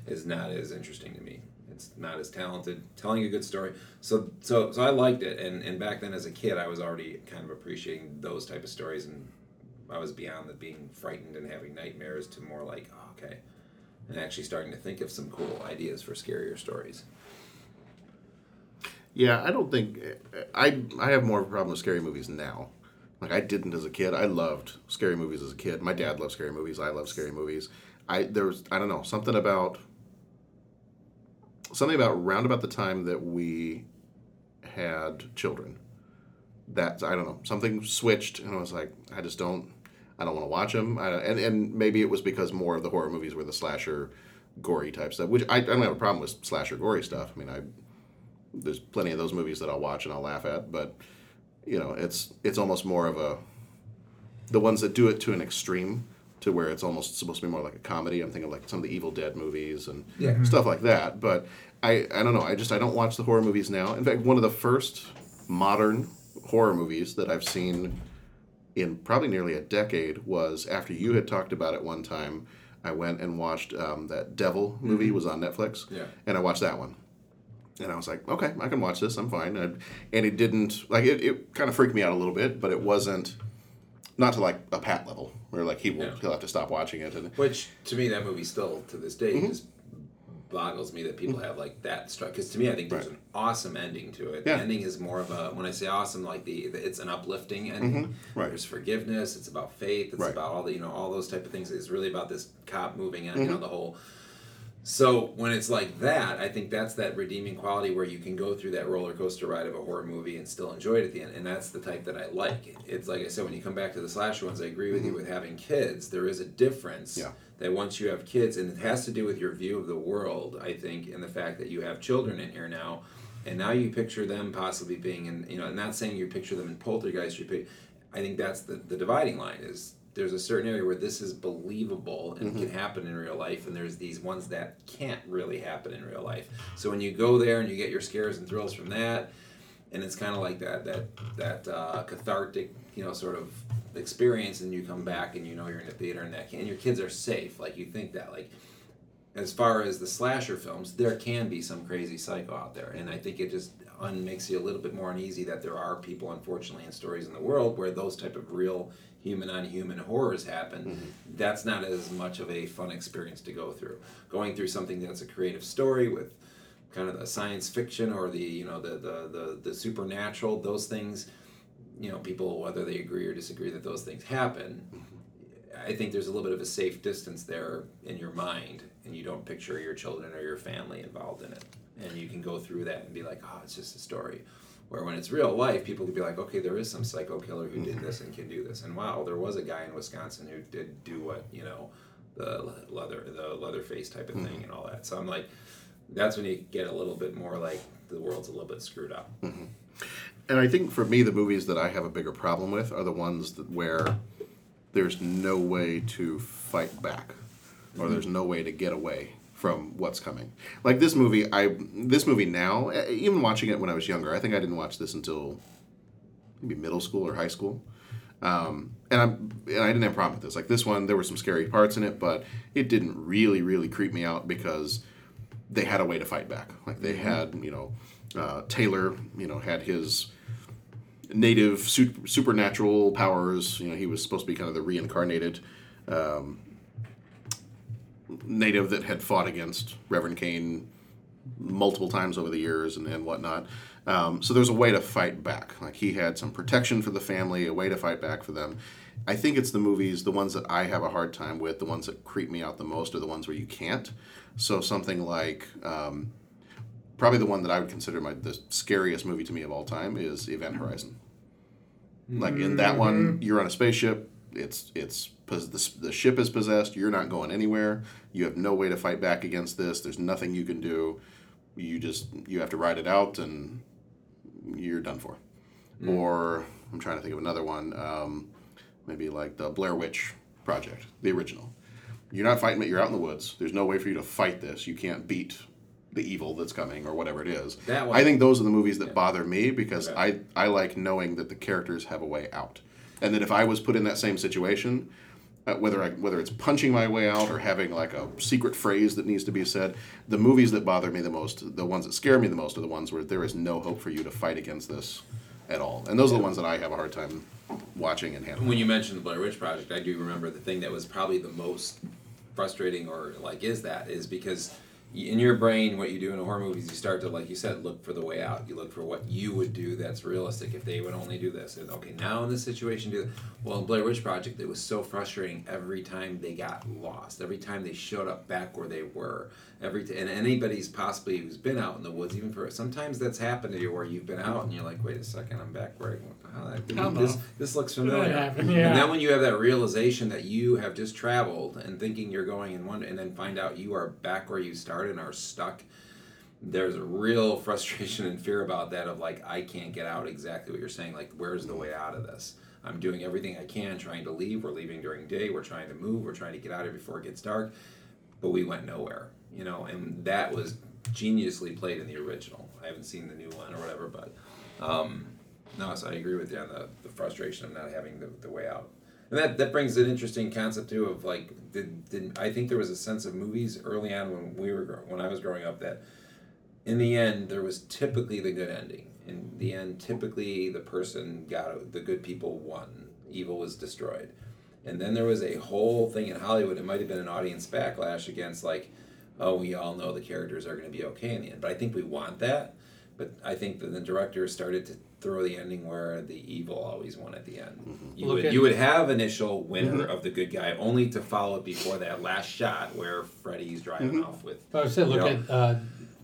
is not as interesting to me. It's not as talented. Telling a good story. So so so I liked it and, and back then as a kid I was already kind of appreciating those type of stories and I was beyond the being frightened and having nightmares to more like, oh, okay. And actually starting to think of some cool ideas for scarier stories.
Yeah, I don't think I I have more of a problem with scary movies now. Like I didn't as a kid. I loved scary movies as a kid. My dad loved scary movies. I love scary movies. I there was I don't know something about something about round about the time that we had children. That I don't know something switched and I was like I just don't I don't want to watch them. I, and and maybe it was because more of the horror movies were the slasher, gory type stuff. Which I, I don't have a problem with slasher gory stuff. I mean I there's plenty of those movies that I'll watch and I'll laugh at, but you know, it's it's almost more of a the ones that do it to an extreme to where it's almost supposed to be more like a comedy. I'm thinking like some of the Evil Dead movies and
Yeah. Mm-hmm.
stuff like that. But I I don't know. I just I don't watch the horror movies now. In fact, one of the first modern horror movies that I've seen in probably nearly a decade was after you had talked about it one time. I went and watched um, that Devil movie was on Netflix,
Mm-hmm. Yeah.
and I watched that one and I was like, okay, I can watch this. I'm fine. And, and it didn't like it. It kind of freaked me out a little bit, but it wasn't not to like a Pat level where like he will
Yeah.
he'll have to stop watching it. And
Which to me, that movie still to this day
Mm-hmm.
just boggles me that people have like that struck. Because to me, I think there's
Right.
an awesome ending to it.
Yeah.
The ending is more of a when I say awesome, like the, the it's an uplifting ending.
Mm-hmm. Right.
There's forgiveness. It's about faith. It's
Right.
about all the you know all those type of things. It's really about this cop moving on. You
Mhm.
know the whole. So when it's like that, I think that's that redeeming quality where you can go through that roller coaster ride of a horror movie and still enjoy it at the end, and that's the type that I like. It's like I said, when you come back to the slasher ones, I agree with you with having kids. There is a difference
Yeah.
that once you have kids, and it has to do with your view of the world, I think, and the fact that you have children in here now, and now you picture them possibly being in, you know, I'm not saying you picture them in poltergeist, you pic- I think that's the, the dividing line is there's a certain area where this is believable and can happen in real life, and there's these ones that can't really happen in real life. So when you go there and you get your scares and thrills from that, and it's kind of like that that that uh, cathartic you know sort of experience and you come back and you know you're in a theater and that can, and your kids are safe. Like you think that like as far as the slasher films, there can be some crazy psycho out there, and I think it just un- makes you a little bit more uneasy that there are people, unfortunately, in stories in the world where those type of real human on human horrors happen. That's not as much of a fun experience to go through. Going through something that's a creative story with kind of the science fiction or the you know the the the, the supernatural, those things. You know, people whether they agree or disagree that those things happen, I think there's a little bit of a safe distance there in your mind, and you don't picture your children or your family involved in it. And you can go through that and be like, oh, it's just a story. Where when it's real life, people could be like, okay, there is some psycho killer who did this and can do this, and wow, there was a guy in Wisconsin who did do what you know, the leather, the leather face type of thing, and all that. So I'm like, that's when you get a little bit more like the world's a little bit screwed up.
And I think for me, the movies that I have a bigger problem with are the ones that where there's no way to fight back, or there's no way to get away from what's coming. Like this movie, I this movie now, e- even watching it when I was younger, I think I didn't watch this until maybe middle school or high school. Um, and I'm and I didn't have a problem with this. Like this one, there were some scary parts in it, but it didn't really, really creep me out because they had a way to fight back. Like they had, you know, uh, Taylor, you know, had his native su- supernatural powers. You know, he was supposed to be kind of the reincarnated um, native that had fought against Reverend Kane multiple times over the years and, and whatnot. Um, so there's a way to fight back. Like he had some protection for the family, a way to fight back for them. I think it's the movies, the ones that I have a hard time with, the ones that creep me out the most, are the ones where you can't. So something like um, probably the one that I would consider my the scariest movie to me of all time is Event Horizon. Like in that one, you're on a spaceship. It's it's pos- the, s- the ship is possessed. You're not going anywhere. You have no way to fight back against this. There's nothing you can do. You just you have to ride it out, and you're done for.
Mm.
Or I'm trying to think of another one. Um, maybe like the Blair Witch Project, the original. You're not fighting it. You're out in the woods. There's no way for you to fight this. You can't beat the evil that's coming or whatever it is.
That one-
I think those are the movies that bother me because I I like knowing that the characters have a way out, and that if I was put in that same situation, uh, whether I whether it's punching my way out or having like a secret phrase that needs to be said, the movies that bother me the most, the ones that scare me the most, are the ones where there is no hope for you to fight against this at all, and those are the ones that I have a hard time watching and handling.
When you mentioned the Blair Witch Project, I do remember the thing that was probably the most frustrating, or like, is that is because y- in your brain, what you do in a horror movie is you start to, like you said, look for the way out. You look for what you would do that's realistic if they would only do this. And, okay, now in this situation, do that. Well, in Blair Witch Project, it was so frustrating every time they got lost, every time they showed up back where they were. Every t- and anybody's possibly who's been out in the woods, even for sometimes that's happened to you where you've been out and you're like, wait a second, I'm back where I, how did I
Hello.
this this looks
Did that
familiar.
happen? Yeah.
And then when you have that realization that you have just traveled and thinking you're going in one, and then find out you are back where you started and are stuck. There's a real [LAUGHS] frustration and fear about that of like I can't get out exactly what you're saying. Like where's the way out of this? I'm doing everything I can, trying to leave. We're leaving during day. We're trying to move. We're trying to get out of here before it gets dark, but we went nowhere. You know, and that was geniusly played in the original. I haven't seen the new one or whatever, but um, no, so I agree with you on the, the frustration of not having the, the way out. And that, that brings an interesting concept too of like did, did I think there was a sense of movies early on when we were grow- when I was growing up that in the end there was typically the good ending. In the end, typically the person got the good people won, evil was destroyed, and then there was a whole thing in Hollywood. It might have been an audience backlash against like, oh, we all know the characters are going to be okay in the end. But I think we want that. But I think that the director started to throw the ending where the evil always won at the end. You,
Look
would,
at-
you would have initial winner of the good guy, only to follow it before that last shot where Freddy's driving
Mhm.
off with.
But I said,
you
look
know,
at uh,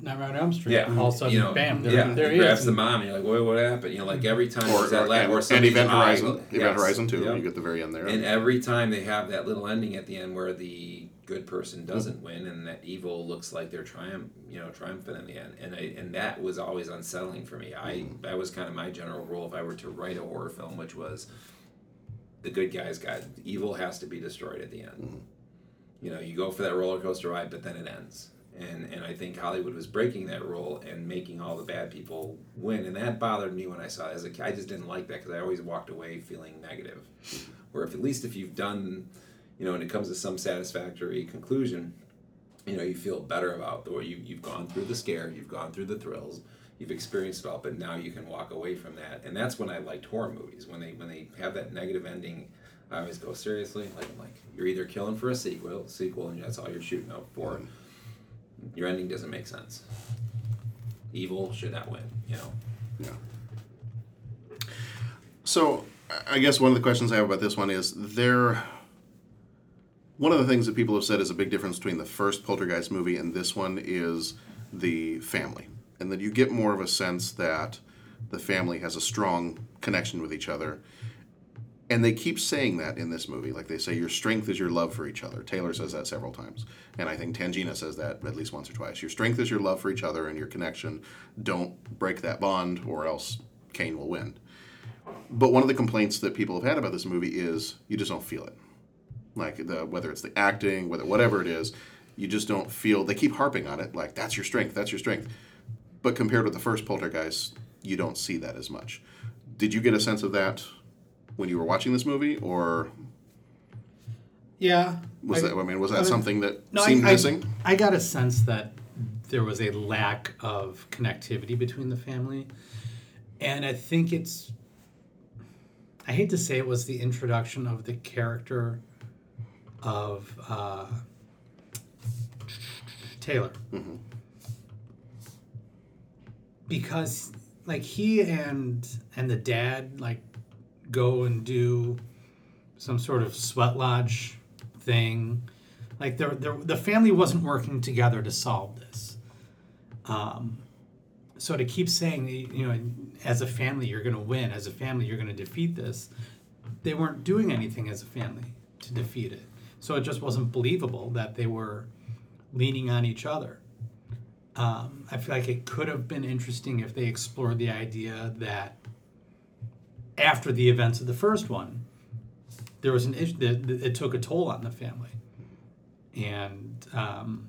Nightmare on Elm Street.
yeah,
All of a sudden,
you know,
bam, there,
yeah,
there
he
he
grabs
is. Mm-hmm.
the mom. And you're like, wait, what happened? You know, like every time
Or,
there's that
or-
last,
and,
or
and
somebody's
Event
eye-
Horizon, Event
yes,
Horizon too.
yep.
You get the very end there.
And every time they have that little ending at the end where the good person doesn't win and that evil looks like they're triumph, you know, triumphant in the end. And I, and that was always unsettling for me. I that was kind of my general rule if I were to write a horror film, which was the good guys got evil has to be destroyed at the end. You know, you go for that roller coaster ride, but then it ends. And and I think Hollywood was breaking that rule and making all the bad people win, and that bothered me when I saw it as a kid. I just didn't like that because I always walked away feeling negative or if at least if you've done, you know, and it comes to some satisfactory conclusion, you know, you feel better about the way you, you've gone through the scare, you've gone through the thrills, you've experienced it all, but now you can walk away from that. And that's when I liked horror movies when they when they have that negative ending. I always go seriously, like I'm like you're either killing for a sequel, sequel, and that's all you're shooting out for. Your ending doesn't make sense. Evil should not win, you know.
So, I- I guess one of the questions I have about this one is there. One of the things that people have said is a big difference between the first Poltergeist movie and this one is the family, and that you get more of a sense that the family has a strong connection with each other. And they keep saying that in this movie. Like they say, your strength is your love for each other. Taylor says that several times. And I think Tangina says that at least once or twice. Your strength is your love for each other and your connection. Don't break that bond or else Kane will win. But one of the complaints that people have had about this movie is you just don't feel it. Like the whether it's the acting, whether whatever it is, you just don't feel. They keep harping on it, like that's your strength, that's your strength. But compared with the first Poltergeist, you don't see that as much. Did you get a sense of that when you were watching this movie, or
Yeah.
was that? I mean, was that something that
No, I-
seemed
I-
missing?
I got a sense that there was a lack of connectivity between the family. And I think it's, I hate to say it was the introduction of the character of uh, Taylor. Because, like, he and and the dad, like, go and do some sort of sweat lodge thing. Like the the, the family wasn't working together to solve this. Um, so to keep saying you know as a family you're going to win, as a family you're going to defeat this, they weren't doing anything as a family to defeat it. So it just wasn't believable that they were leaning on each other. Um, I feel like it could have been interesting if they explored the idea that after the events of the first one, there was an issue that that it took a toll on the family, and um,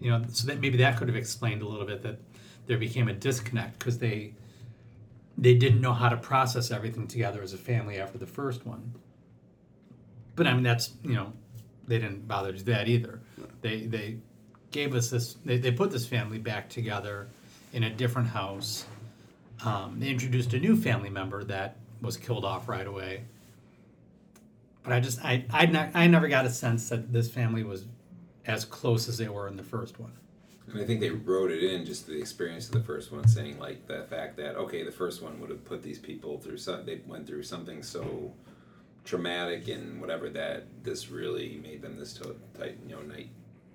you know, so that maybe that could have explained a little bit that there became a disconnect because they they didn't know how to process everything together as a family after the first one. But I mean, that's you know, they didn't bother to do that either. They they gave us this. They, they put this family back together in a different house. Um, they introduced a new family member that was killed off right away but I just I I not, I never got a sense that this family was as close as they were in the first one.
And I think they wrote it in just the experience of the first one, saying like the fact that okay, the first one would have put these people through some they went through something so traumatic and whatever that this really made them this to- tight you know night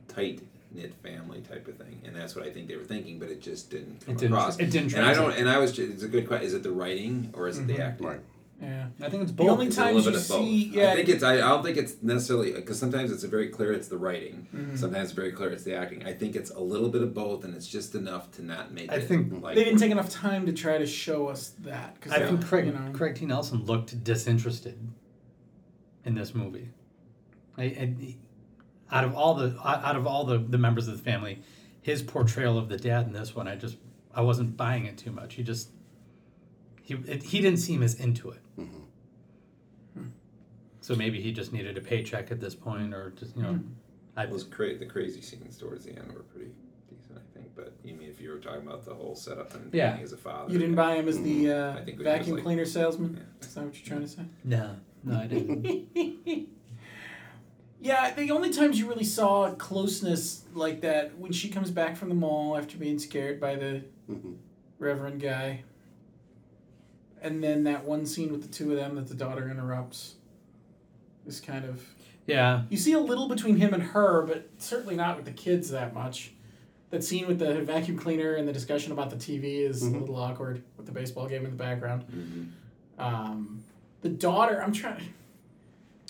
tight knit family type of thing, and that's what I think they were thinking, but it just didn't come
It didn't-
across.
it didn't
And I don't.
translate.
And I was. Just, it's a good question. Is it the writing or is it
Mhm.
the acting? Right.
Yeah.
I think it's
The only
It's a
times
little
you
bit of both.
see, yeah,
I think it's. I, I don't think it's necessarily because sometimes it's very clear it's the writing.
Mhm.
Sometimes very clear it's the acting. I think it's a little bit of both, and it's just enough to not make.
I
it,
think
like
they didn't take enough time to try to show us that. 'cause
I
they-
think Craig
you know.
Craig T. Nelson looked disinterested in this movie. I, I, out of all the out out of all the, the members of the family, his portrayal of the dad in this one, I just I wasn't buying it too much. He just he it, he didn't seem as into it. So maybe he just needed a paycheck at this point, or just you know,
Hmm.
I
those cra- the crazy scenes towards the end were pretty decent, I think. But you mean if you were talking about the whole setup and
Yeah.
being as a father,
You didn't buy him as the uh,
Mm, I think it was
vacuum
like-
cleaner salesman. Is that what you're trying to say?
no, no, I didn't.
Yeah, the only times you really saw closeness like that when she comes back from the mall after being scared by the reverend guy, and then that one scene with the two of them that the daughter interrupts. Is kind of
yeah,
you see a little between him and her, but certainly not with the kids that much. That scene with the vacuum cleaner and the discussion about the TV is a little awkward with the baseball game in the background. Um, the daughter, I'm trying.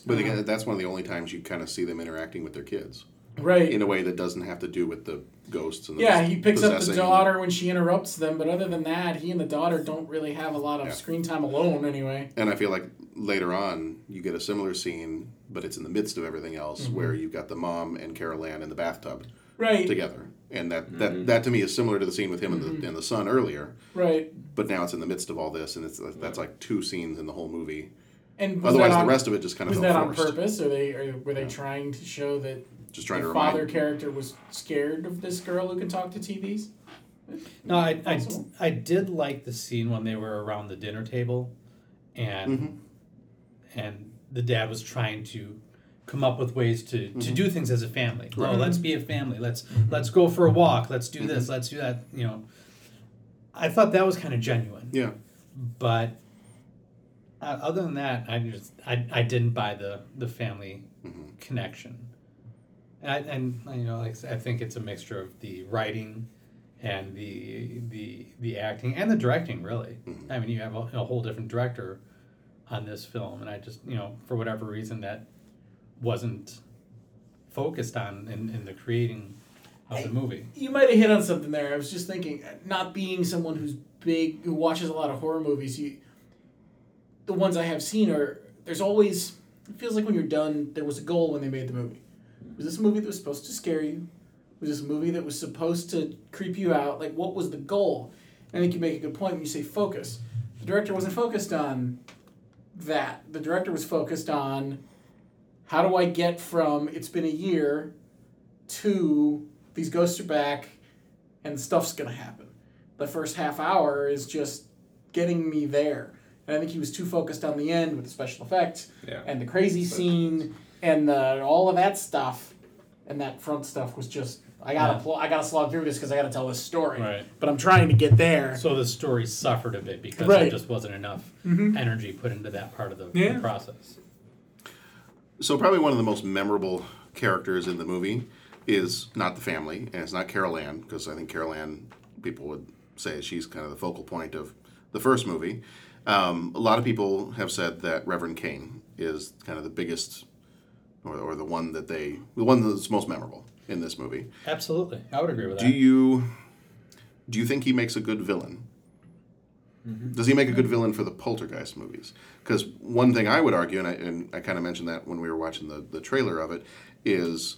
But
Uh-huh.
again, that's one of the only times you kind of see them interacting with their kids,
Right.
In a way that doesn't have to do with the ghosts and the
Yeah, he picks up the
possessing.
daughter when she interrupts them, but other than that, he and the daughter don't really have a lot of
Yeah.
screen time alone anyway.
And I feel like later on you get a similar scene, but it's in the midst of everything else
Mhm.
where you've got the mom and Carol Ann in the bathtub
Right.
together. And that, that, that to me is similar to the scene with him
Mm-hmm.
and, the, and the son earlier,
Right.
but now it's in the midst of all this, and it's that's like two scenes in the whole movie
And was
Otherwise,
that
the
on-
rest of it just kind of
was
felt
that on
forced.
purpose? Or they or were they trying to show that
Just trying to
the
remind-
father character was scared of this girl who could talk to TVs?
No, I, I, I did like the scene when they were around the dinner table, and and the dad was trying to come up with ways to, to do things as a family.
Right.
Oh, let's be a family. Let's let's go for a walk. Let's do this. Let's do that. You know, I thought that was kind of genuine.
Yeah.
But uh, other than that, I just I, I didn't buy the the family connection. And I, and you know, like I said, I think it's a mixture of the writing and the the the acting and the directing. Really, I mean, you have a, a whole different director on this film, and I just you know, for whatever reason, that wasn't focused on in, in the creating of the movie.
You might have hit on something there. I was just thinking, uh, not being someone who's big who watches a lot of horror movies, you the ones I have seen are there's always it feels like when you're done, there was a goal when they made the movie. Was this a movie that was supposed to scare you? Was this a movie that was supposed to creep you out? Like what was the goal? And I think you make a good point when you say focus. The director wasn't focused on that. The director was focused on how do I get from it's been a year to these ghosts are back and stuff's gonna happen. The first half hour is just getting me there. And I think he was too focused on the end with the special effects
Yeah.
and the crazy
Special
scene and the, all of that stuff. And that front stuff was just I gotta
Yeah.
pl- I gotta slog through this because I gotta tell this story. But I'm trying to get there.
So the story suffered a bit because there
Right.
just wasn't enough
Mhm.
energy put into that part of the,
Yeah.
the process.
So probably one of the most memorable characters in the movie is not the family, and it's not Carol Ann because I think Carol Ann people would say she's kind of the focal point of the first movie. Um, a lot of people have said that Reverend Kane is kind of the biggest, or, or the one that they, the one that's most memorable in this movie.
Absolutely, I would agree with
Do
that.
you do you think he makes a good villain? Does he make a good villain for the Poltergeist movies? Because one thing I would argue, and I, and I kind of mentioned that when we were watching the, the trailer of it, is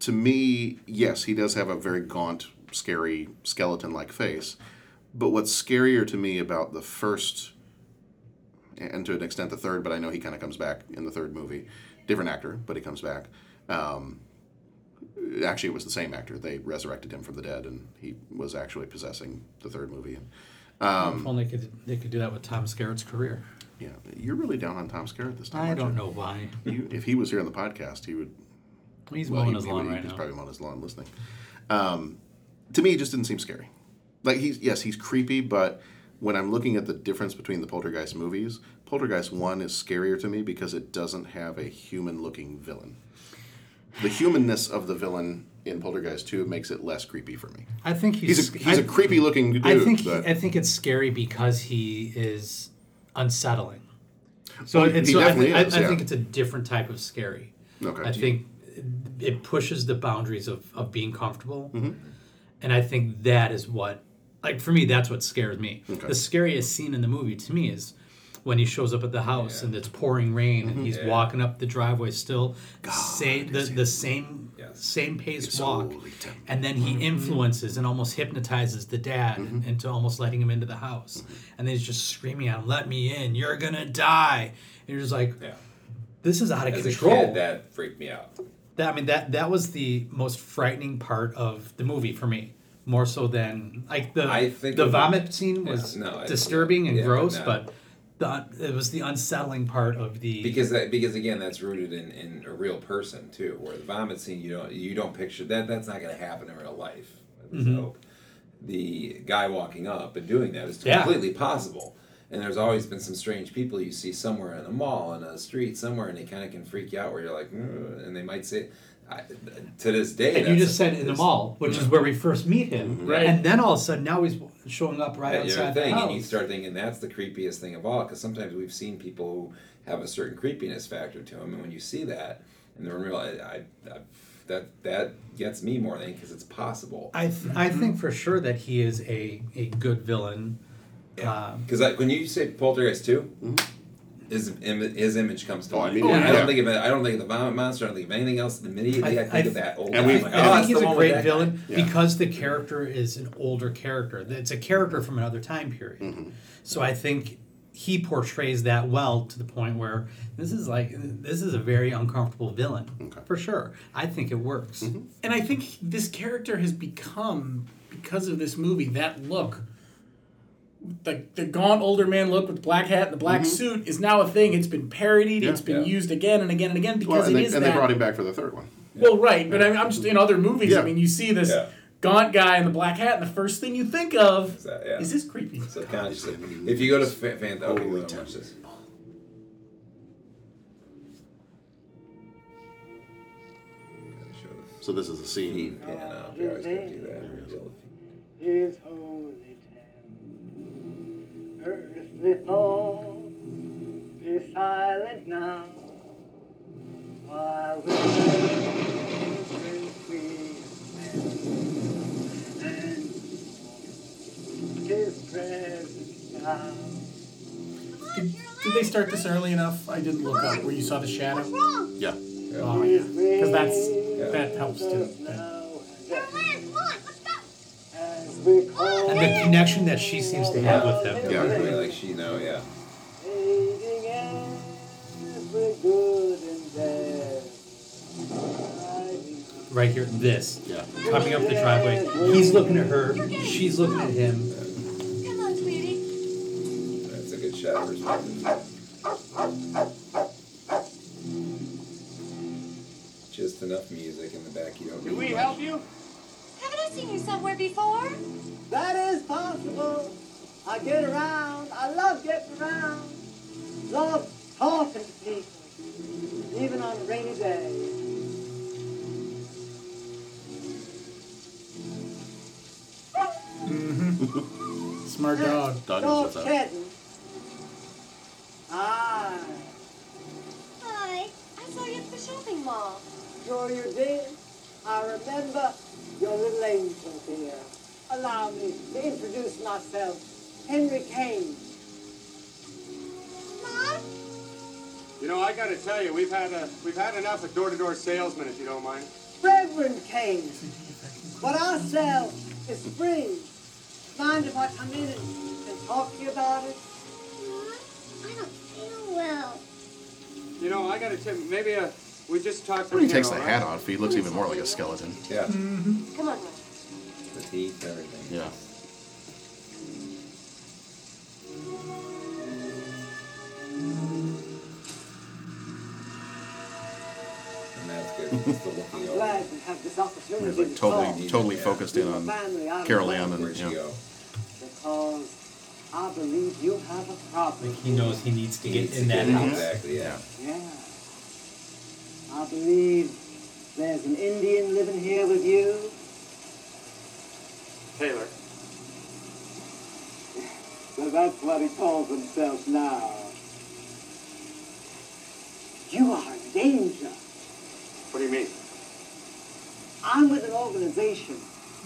to me, yes, he does have a very gaunt, scary, skeleton like face. But what's scarier to me about the first, and to an extent the third, but I know he kind of comes back in the third movie, different actor, but he comes back. Um, actually it was the same actor they resurrected him from the dead and he was actually possessing the third movie
if
um,
only could, they could do that with Tom Skerritt's career.
yeah you're really down on tom skerritt this time
I
aren't
don't
you?
know why.
you, if he was here on the podcast he would
He's
well,
mowing
he-
his
he
lawn
would-
right
he's
now.
probably mowing his lawn listening um, to me it just didn't seem scary like he's yes he's creepy but when i'm looking at the difference between the poltergeist movies poltergeist 1 is scarier to me because it doesn't have a human looking villain the humanness of the villain in poltergeist 2 makes it less creepy for me
I think he's
He's a- he's a creepy-looking
I
dude,
think he-
but-
I think it's scary because he is unsettling. So,
Well, he-
it's,
he
so I,
definitely
thi- I,
is,
I
yeah.
think it's a different type of scary.
Okay.
I
Do you-
think it pushes the boundaries of, of being comfortable,
Mhm.
and I think that is what, like for me, that's what scares me. The scariest scene in the movie to me is when he shows up at the house and it's pouring rain
Mm-hmm.
and he's
Yeah.
walking up the driveway still, same the, the same same pace walk, and then
Mm-hmm.
he influences and almost hypnotizes the dad into almost letting him into the house, and then he's just screaming at him, "Let me in! You're gonna die!" And you're just like, "This is out of
As
control."
a kid, that freaked me out.
That I mean that that was the most frightening part of the movie for me, more so than like the
I think
the
it-
vomit scene
yeah,
was
no, I-
disturbing and
yeah,
gross,
no.
but the it was the unsettling part of the
because that because again that's rooted in, in a real person too where the vomit scene you don't you don't picture that that's not going to happen in real life
Mhm.
so the guy walking up and doing that is
Yeah.
completely possible and there's always been some strange people you see somewhere in a mall in a street somewhere and they kind of can freak you out where you're like "Mm," and they might say I, to this day
and you
that's-
just said in the
that's-
mall, which is
Mm-hmm.
where we first meet him,
Right.
And then all of a sudden now he's showing up right
That
outside
your
the
thing,
house.
and you start thinking that's the creepiest thing of all. Because sometimes we've seen people who have a certain creepiness factor to them, and when you see that, and then realize I, I, that that gets me more than because it's possible.
I th-
Mm-hmm.
I think for sure that he is a a good villain. Um,
Because when you say Poltergeist 2
Mm-hmm.
his im- his image comes to mind.
mean,
And Oh, I
yeah.
don't think of it. I don't think of the vomit monster. I don't think of anything else. And immediately I, think of that old. guy. I'm like, oh,
I
that's
think he's
the
a
one with
great
that
villain
guy.
because the
Mm-hmm.
character is an older character. It's a character from another time period. So I think he portrays that well to the point where this is like this is a very uncomfortable villain for sure. I think it works.
Mm-hmm.
And I think this character has become because of this movie that look. The, the gaunt older man look with the black hat and the black
Mhm.
suit is now a thing. It's been parodied.
Yeah.
it's been
Yeah.
used again and again and again because
Well, and
it
they,
is
and
that.
they brought him back for the third one.
Well, right, but I mean, I'm just in other movies. I
Yeah.
mean, you see this gaunt guy in the black hat, and the first thing you think of is,
yeah.
this creepy.
Subconsciously. If you go to fa- fan, okay, well, then watch this.
So this is a scene.
Oh, His holy town. Earth before is silent now. While the children we and his presence now.
Did, did they start this early enough? I didn't look up where you saw the shadow.
Yeah.
Oh, yeah. Because that's that helps too.
And the connection that she seems to have with him.
Yeah, I mean, like she know, yeah.
Fading every good and bad.
Right here, this.
Yeah.
Coming up the driveway. He's looking at her. She's looking at him.
Come on, sweetie.
That's a good shot. Just enough music in the back. You don't.
Do we
need
help
much.
Haven't I seen you somewhere before?
That is possible. I get around. I love getting around. Love talking to people, even on a rainy day.
Smart dog.
Dog Kitten. Ah,
Hi. I saw you at the shopping mall.
sure you did. I remember your little angel dear. Allow me to introduce myself, Henry Kane.
You know, I gotta tell you, we've had a, we've had enough of door-to-door salesmen, if you don't mind.
Reverend Kane. What I sell is free. Mind if I come in and, and talk to you about it?
I don't feel well.
You know, I gotta tell you, maybe uh we just talked.
When he takes the hat off, he looks even more like a skeleton.
Yeah.
Mm-hmm.
Come on.
The teeth, everything.
Yeah.
And that's good. It's the looking
[LAUGHS] I'm
over.
glad to have this opportunity
He's like
to talk.
totally, totally focused in on Carol Ann and you know,
Because I believe you have a problem.
He knows he needs to get
needs
in
to
that
get
house.
Exactly, yeah.
Yeah. I believe there's an Indian living here with you. [LAUGHS]
Taylor.
So that's what he calls himself now. You are in danger.
What do you mean?
I'm with an organization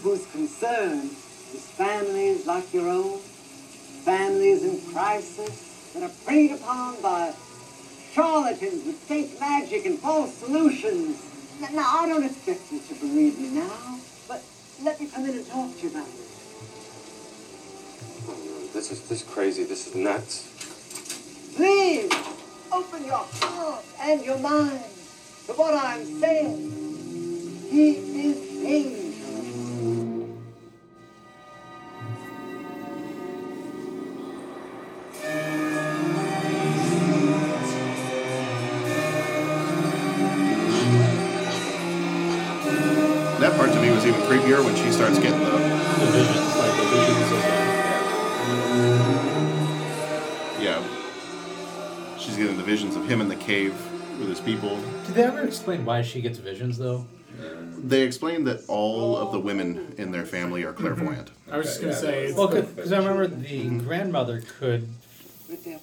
whose concern is families like your own, families in crisis that are preyed upon by charlatans with fake magic and false solutions. Now, now, I don't expect you to believe me now, but let me come in and talk to you about it.
This is this is crazy. This is nuts.
Please open your heart and your mind to what I'm saying. He is angel.
that part to me was even creepier when she starts getting the, the visions, like the visions of the, yeah. She's getting the visions of him in the cave with his people.
Did they ever explain why she gets visions though?
They explained that all of the women in their family are clairvoyant.
I was
just gonna say, it's
well,
perfect.
because I remember the grandmother could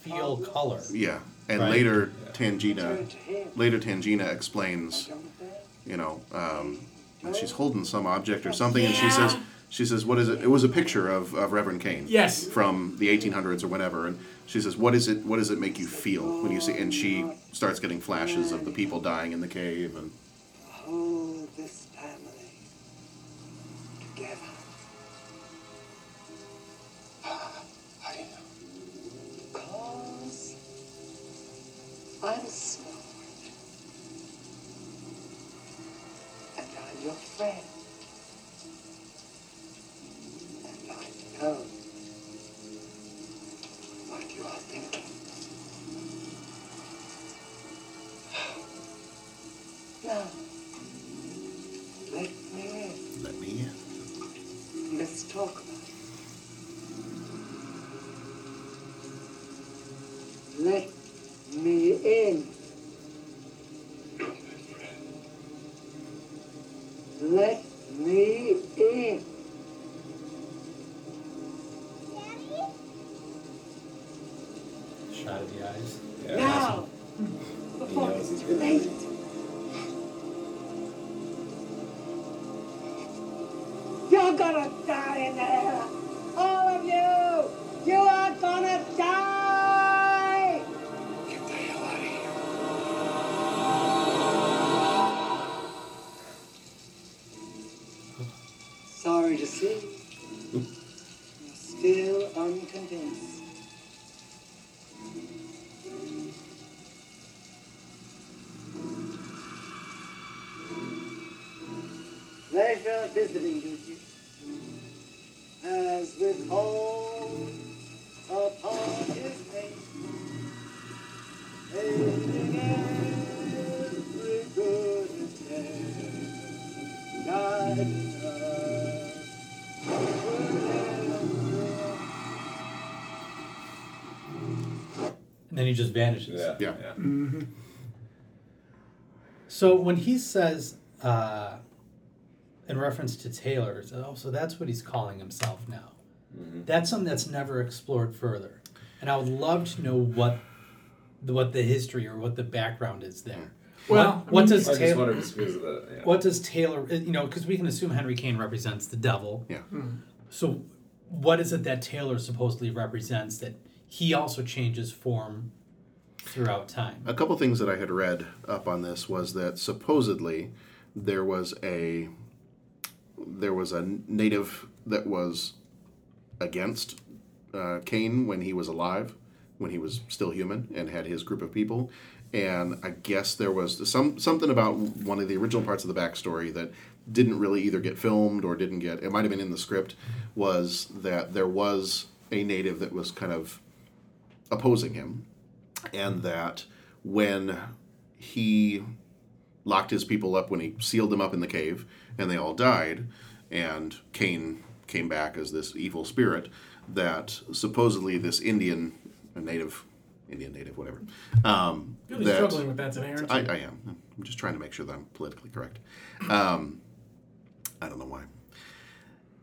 feel color.
Yeah, and
Right.
later Tangina, later Tangina explains, you know, um, when she's holding some object or something, and she says, she says, what is it? It was a picture of, of Reverend Kane.
Yes.
From the 1800s or whenever, and she says, what is it? What does it make you feel when you see? And she starts getting flashes of the people dying in the cave, and
Hold this family together. Ah, How do you know? [SIGHS] talk about it. Let me in. Let me in.
Shot of the eyes.
Now! Before
knows
it's
he's
too
really
late. You're gonna die in there! All of you! You are gonna die! Get the hell out of here. Sorry to see. You're still unconvinced. Pleasure visiting you. As with all upon his name, aiding every good intent, guiding us.
And then he just vanishes.
Yeah.
Yeah.
So when he says, uh, in reference to Taylor, it's, oh, so that's what he's calling himself now.
Mm-hmm.
That's something that's never explored further, and I would love to know what, the, what the history or what the background is there.
Well,
what, what
I mean-
does
I just
Taylor?
wonder if it's because of the- yeah.
What does Taylor? uh, You know, because we can assume Henry Kane represents the devil.
Yeah.
Hmm.
So, what is it that Taylor supposedly represents that he also changes form throughout time?
A couple things that I had read up on this was that supposedly there was a there was a native that was against uh, Cain when he was alive, when he was still human and had his group of people, and I guess there was some something about one of the original parts of the backstory that didn't really either get filmed or didn't get it might have been in the script was that there was a native that was kind of opposing him and that when he locked his people up when he sealed them up in the cave and they all died and Cain came back as this evil spirit that supposedly this Indian native Indian native whatever um
Really struggling with that today, aren't you?
I, I am I'm just trying to make sure that I'm politically correct um I don't know why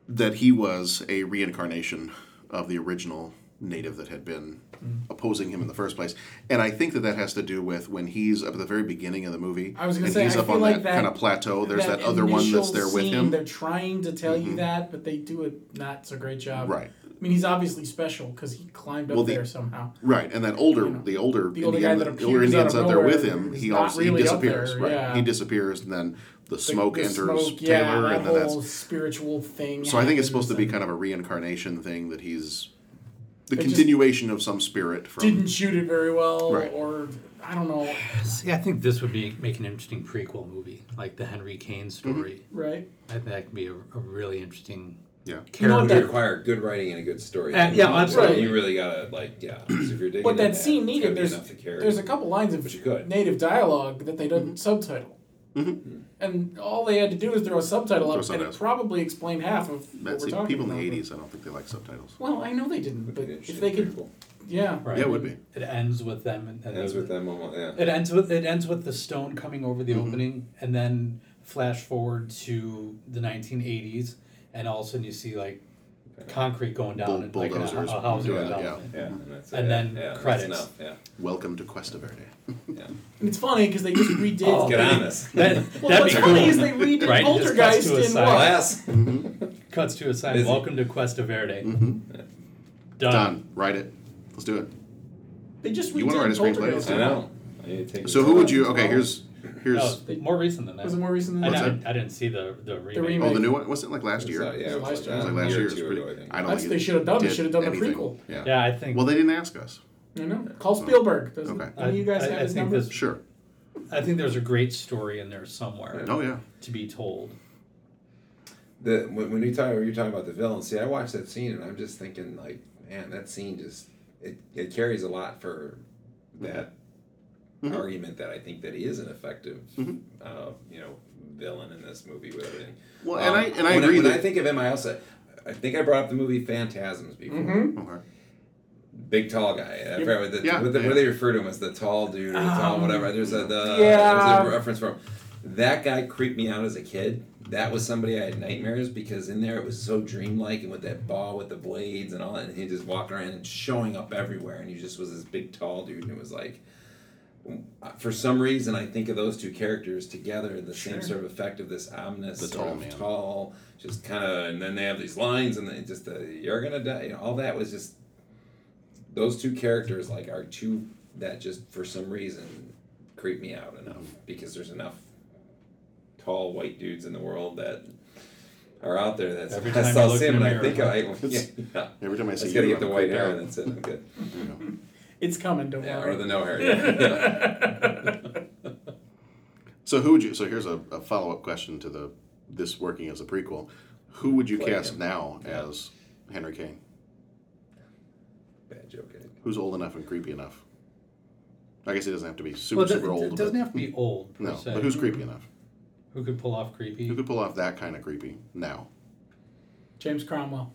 that he was a reincarnation of the original native that had been
Mm-hmm.
opposing him in the first place. And I think that that has to do with when he's up at the very beginning of the movie.
I was gonna
and
say,
he's
I
up
feel
on
like
that,
that-
kind of plateau. There's that,
That
other one that's
initial
there with
scene,
him. Mm-hmm.
They're trying to tell you that, but they do a not so great job.
Right.
I mean, he's obviously special because he climbed up
Well, the-
there somehow.
Right, and that older, the older,
the older
Indian,
guy
the
that
older
appears out
Indian's
of
up there with
nowhere
him.
is
He
not
also
really
he
up there,
disappears. right,
yeah.
he disappears, and then the
The-
smoke
the
enters
smoke, yeah,
Taylor,
that
and then that's
whole spiritual thing.
So I think it's
happens
supposed to be
and-
kind of a reincarnation thing that he's the
It just
continuation of some spirit from
didn't shoot it very well,
Right.
or I don't know.
See, I think this would be make an interesting prequel movie, like the Henry
Mm-hmm.
Kane story.
Right.
I think that could be a, a really interesting.
Yeah.
You know what that
character.
require good writing and a good story.
Uh, yeah,
that's
absolutely.
You really gotta like yeah. 'cause if you're digging
What
in
that scene
it's
needed,
gotta be
there's
enough to carry.
there's a couple lines of
But you could.
native dialogue that they didn't
Mm-hmm.
subtitle, and all they had to do is throw a subtitle
Throw
up, and
subtitles.
it probably explained half of what
That's
we're
the-
talking
people in
about.
the '80s. I don't think they like subtitles.
Well, I know they didn't, but if they could, yeah,
Yeah, it would be.
It ends with them. And, and
Ends with them almost- yeah.
It ends with it ends with the stone coming over
Mm-hmm.
the opening, and then flash forward to the 1980s, and all of a sudden you see like concrete going down
Bull-
and like in a, a
bulldozers.
housing
Yeah,
development.
yeah. Yeah,
and,
and that's
it, yeah,
then
yeah, that's
credits.
enough, yeah.
Welcome to Cuesta Verde.
And it's funny because they just redid.
Oh, get on this.
[LAUGHS]
That,
well,
that'd
what's
be
funny
cool.
is they redid
Right, it just cuts
Poltergeist
to a
in
sign.
what?
Cuts to a sign.
Busy.
Welcome to Cuesta Verde. Done.
Mm-hmm.
Uh.
Done. Write it. Let's do it.
They just
You want to
redid
write a screenplay? Let's
Poltergeist.
do it.
know.
So who would you? Okay, here's
No,
here's.
Oh, more recent than that.
Was it more recent than
I,
that?
didn't- I didn't see the the remake.
Oh, the new one wasn't it like last year.
uh, yeah,
it
it was
was
like
like
that.
last
Year
year.
or
It was
two
pretty,
ago, I think.
I don't
That's
think
they
it
should have done. They
did
should have done the
anything.
prequel.
Yeah.
Yeah, I think.
Well, they didn't ask us.
I know. Call Spielberg. Does okay.
I,
Any of you guys
I-
have
I
his
think
number?
this-
Sure.
I think there's a great story in there somewhere.
Oh, yeah.
To be told.
The, when, when you talk, when you're talking about the villain, see, I watched that scene and I'm just thinking, like, man, that scene just it, it carries a lot for
Mm-hmm.
that argument that I think that he is an effective,
Mm-hmm.
uh, you know, villain in this movie with everything.
Well, and I- and I
when
agree
when
that-
I think of him, I also I think I brought up the movie Phantasms before.
Mhm. Okay.
Big tall guy. I forgot what, the,
Yeah,
what, the,
yeah.
what they refer to him as the tall dude or the tall
Um,
whatever. There's a the
yeah.
there's a reference from that guy creeped me out as a kid. That was somebody I had nightmares because in there it was so dreamlike and with that ball with the blades and all that and he just walked around and showing up everywhere and he just was this big tall dude and it was like for some reason I think of those two characters together the same
Sure.
sort of effect of this ominous
The
sort
tall
of
man.
tall just kind of and then they have these lines and they just the, you're gonna die you know, all that was just those two characters like are two that just for some reason creep me out enough
Mm-hmm.
because there's enough tall white dudes in the world that are out there that's
Every
[LAUGHS] I
time
saw
you look in
Sam
the
and I
mirror,
think I
huh?
[LAUGHS] yeah,
It's- every time I see you,
just gotta get the
I'm "Oh."
white
creeped
hair
out.
and that's it I'm good
It's coming, don't
yeah,
worry.
or the no hair [LAUGHS] yeah.
So who would you? So here's a, a follow up question to the this working as a prequel. Who would you
Play
cast
him.
now as Henry Kane?
Bad joke. I think.
Who's old enough and creepy enough? I guess he doesn't have to be super
Well, it
super
doesn't-
old.
It doesn't
but-
have to be old. Per
No,
se.
but who's creepy enough?
Who could pull off creepy?
Who could pull off that kind of creepy now?
James Cromwell.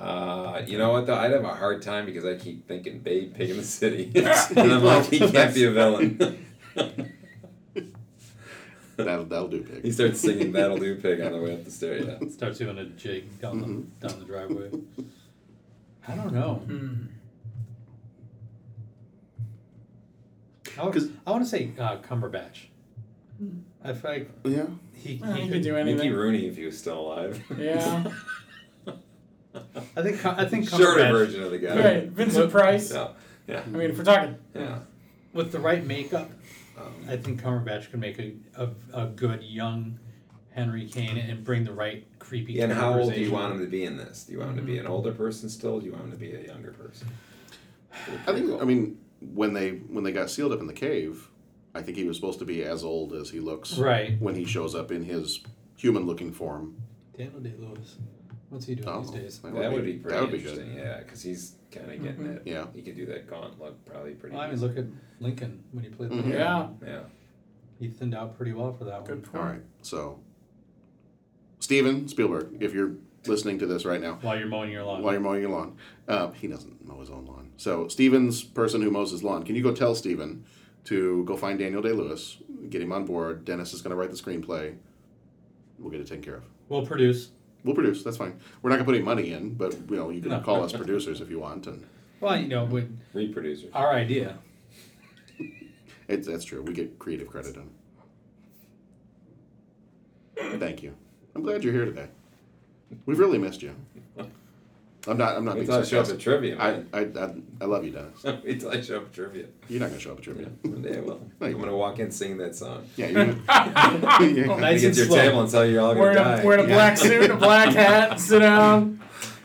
Uh, you know what though? I'd have a hard time because I keep thinking Babe, Pig in
[LAUGHS]
the City, [LAUGHS] and I'm like, he can't be a villain. [LAUGHS]
that'll that'll do, Pig.
He starts singing "That'll Do, Pig" on the way up the stairs. Yeah.
Starts doing a jig down the
Mm-hmm.
down the driveway. I don't know. I, would, I want to say uh, Cumberbatch. I feel like
yeah,
he,
Well,
Hmm. he
he
could
could do anything.
Mickey Rooney, if he was still alive.
Yeah.
I think I think
[LAUGHS] Shorter
Cumberbatch-
version of the guy.
Right, Vincent Price.
No. Yeah.
I mean, if we're talking.
Yeah.
with the right makeup, I think Cumberbatch could make a, a, a good young Henry Kane and bring the right creepy.
And how old do you
characterization.
want him to be in this? Do you want him to be an
Mm-hmm.
older person still? Do you want him to be a younger person?
I think. I mean, when they when they got sealed up in the cave, I think he was supposed to be as old as he looks.
Right.
When he shows up in his human looking form.
Daniel Day Lewis. What's he doing
Oh,
these days?
that
That would be pretty
that would be good. Mm-hmm.
interesting. Yeah, because he's kind of getting
Mhm.
it.
Yeah.
He could do that gaunt look probably pretty.
Well, I mean,
easy.
look at Lincoln when he played.
Mhm.
Lincoln.
Yeah.
Yeah.
He thinned out pretty well for that one.
Good
All
point.
right. So, Steven Spielberg, if you're listening to this right now,
While you're mowing your lawn.
while you're mowing your lawn, uh, he doesn't mow his own lawn. So, Steven's person who mows his lawn, can you go tell Steven to go find Daniel Day Lewis, get him on board? Dennis is going to write the screenplay. We'll get it taken care of.
We'll produce.
We'll produce. That's fine. We're not going to put any money in, but you know, you can
No.
call us producers if you want, and
Well, you know, with
Reproducer.
our idea.
it's that's true. We get creative credit on. it. Thank you. I'm glad you're here today. We've really missed you. I'm not. I'm not
We
being
thought you showed up
sarcastic.
at trivia,
I,
man. [LAUGHS]
I, I, I love you, Dennis.
Wait till I show up at trivia.
You're not gonna show up at trivia.
One day
[LAUGHS]
I will.
No, you
I'm gonna walk in singing that song.
[LAUGHS] Yeah, you're gonna, you're
I'm
gonna-
gonna
Nice
get
and
to your
slow.
table and tell you you're all gonna
Wearing
die.
a, wearing a black suit, a black hat, sit down.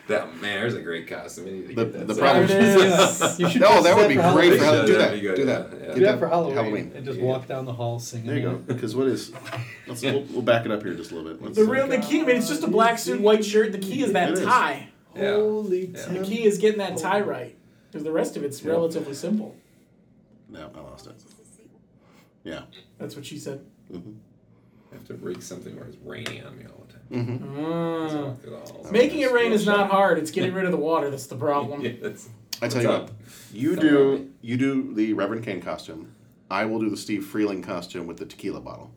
That man, there's a great costume. We need to
The-
get that
the
song.
problem
There it
[LAUGHS]
is. You should
No,
dress
that
as
would be
for
great for
Halloween.
Halloween. Do
That'd
that.
be good,
Do that.
yeah.
Get
Do that
that
for Halloween,
Halloween.
and just walk down the hall singing.
There you go. [LAUGHS] Because what is? Let's, we'll, we'll back it up here just a little bit. Let's- uh,
The real the key. I mean, it's just a black suit, white shirt. The key is that
It is.
tie.
Yeah.
Holy
Yeah.
The
temp-
key is getting that tie right. Because the rest of it's
Yeah.
relatively simple.
No, I lost it. Yeah.
That's what she said.
I have to rig something where it's raining on me all the time.
Mm-hmm.
Mm.
So I could all-
Making it rain is
Yeah,
not hard. It's getting rid of the water that's the problem.
[LAUGHS] that's-
I tell
What's
you
up?
what, you
Don't worry.
do you do the Reverend Kane costume. I will do the Steve Freeling costume with the tequila bottle.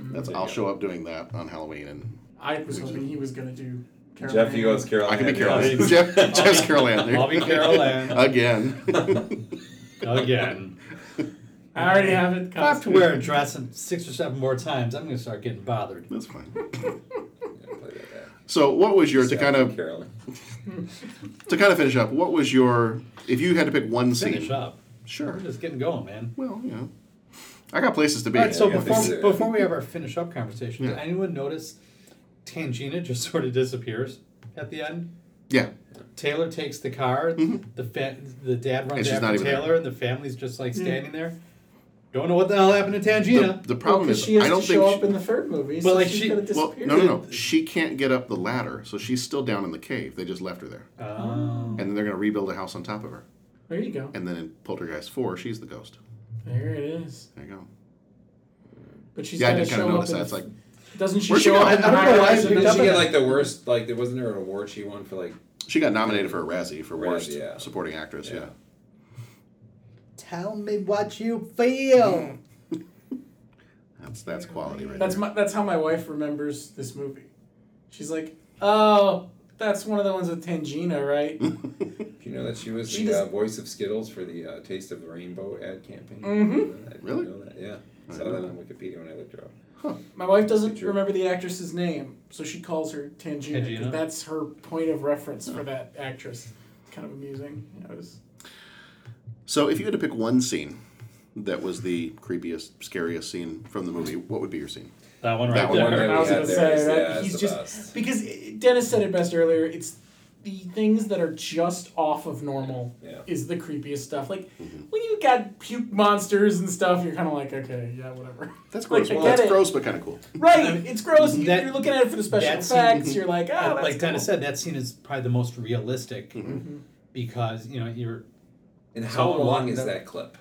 Mm-hmm.
That's
There you
I'll
go.
show up doing that on Halloween and
I was hoping he was gonna do. Carol
Jeff, you go as Carol.
I can be
Ann.
Carol. [LAUGHS]
Yeah.
Jeff, Jeff's Carol Ann.
I'll be Carol Ann.
[LAUGHS] again. [LAUGHS]
Again.
I already have it.
If I have to wear a dress in six or seven more times, I'm going to start getting bothered.
That's fine.
Yeah, play that back.
So what was your to
Jeff
kind
and
of
Carol.
to kind of finish up? What was your if you had to pick one scene?
Finish up.
Sure.
We're just getting going, man.
Well, yeah. I got places to be.
All right, so
yeah, this is
before,
it.
before we have our finish up conversation, did
Yeah.
anyone notice Tangina [LAUGHS] just sort of disappears at the end?
yeah.
Taylor takes the car. The fa- the dad
And
runs
she's not
after
even
Taylor,
there.
Mm-hmm. and the family's just like standing there. Don't know what Mm. the hell happened to Tangina.
The problem
Because
is
she has
I don't
to
think
show
she-
up in the third movie,
But,
so
like,
she's
she-
gonna
Well,
disappear.
no, no, no. She can't get up the ladder, so she's still down in the cave. They just left her there,
Oh.
and then they're going to rebuild a house on top of her.
There you go.
And then in Poltergeist Four, she's the ghost.
There it is.
There you go.
But she's
yeah, I
gotta
did kind
show
of
up.
notice
in
that.
the-
It's like,
Doesn't she
Where'd she
show
go?
up?
I
in
don't know
Hawkeye
why I
as a
picked
Did
up
she
on
get
that.
like the worst? Like there wasn't there an award she won for like
She got nominated for a Razzie for worst
Razzie, yeah.
supporting actress. Yeah.
Tell me what you
Mm.
feel.
That's that's quality right
That's
there.
my, that's how my wife remembers this movie. She's like, "Oh, that's one of the ones with Tangina,
[LAUGHS]
right?"
you know that she was
She
the uh,
does-
voice of Skittles for the uh, Taste of the Rainbow ad campaign?
Mhm.
I didn't
Really?
Know that. Yeah.
I
I saw
didn't
that
know
on Wikipedia when I looked her up.
my wife doesn't remember the actress's name, so she calls her Tangina. 'cause
Tangina?
That's her point of reference for that actress. It's kind of amusing. You know, it's-
So if you had to pick one scene that was the creepiest, scariest scene from the movie, what would be your scene?
That one right
That one
there.
right
[LAUGHS]
there.
I was
Yeah,
gonna
there
say
is-
that
yeah, it's
he's
the
just because Dennis said it best earlier. It's the things that are just off of normal is the creepiest stuff. Like
Mm-hmm.
when you got puke monsters and stuff, you're kind of like, okay, yeah,
[LAUGHS]
whatever.
That's
Like,
gross.
I
well,
get
that's
it.
gross, but kind of cool.
Right, it's gross. You-
That-
you're looking at it for the special
that scene-
effects. You're like, ah, that's
like
cool.
Dennis said, that scene is probably the most realistic
Mm-hmm.
because you know you're.
And
it's
how
all
long
along
is
the-
that clip?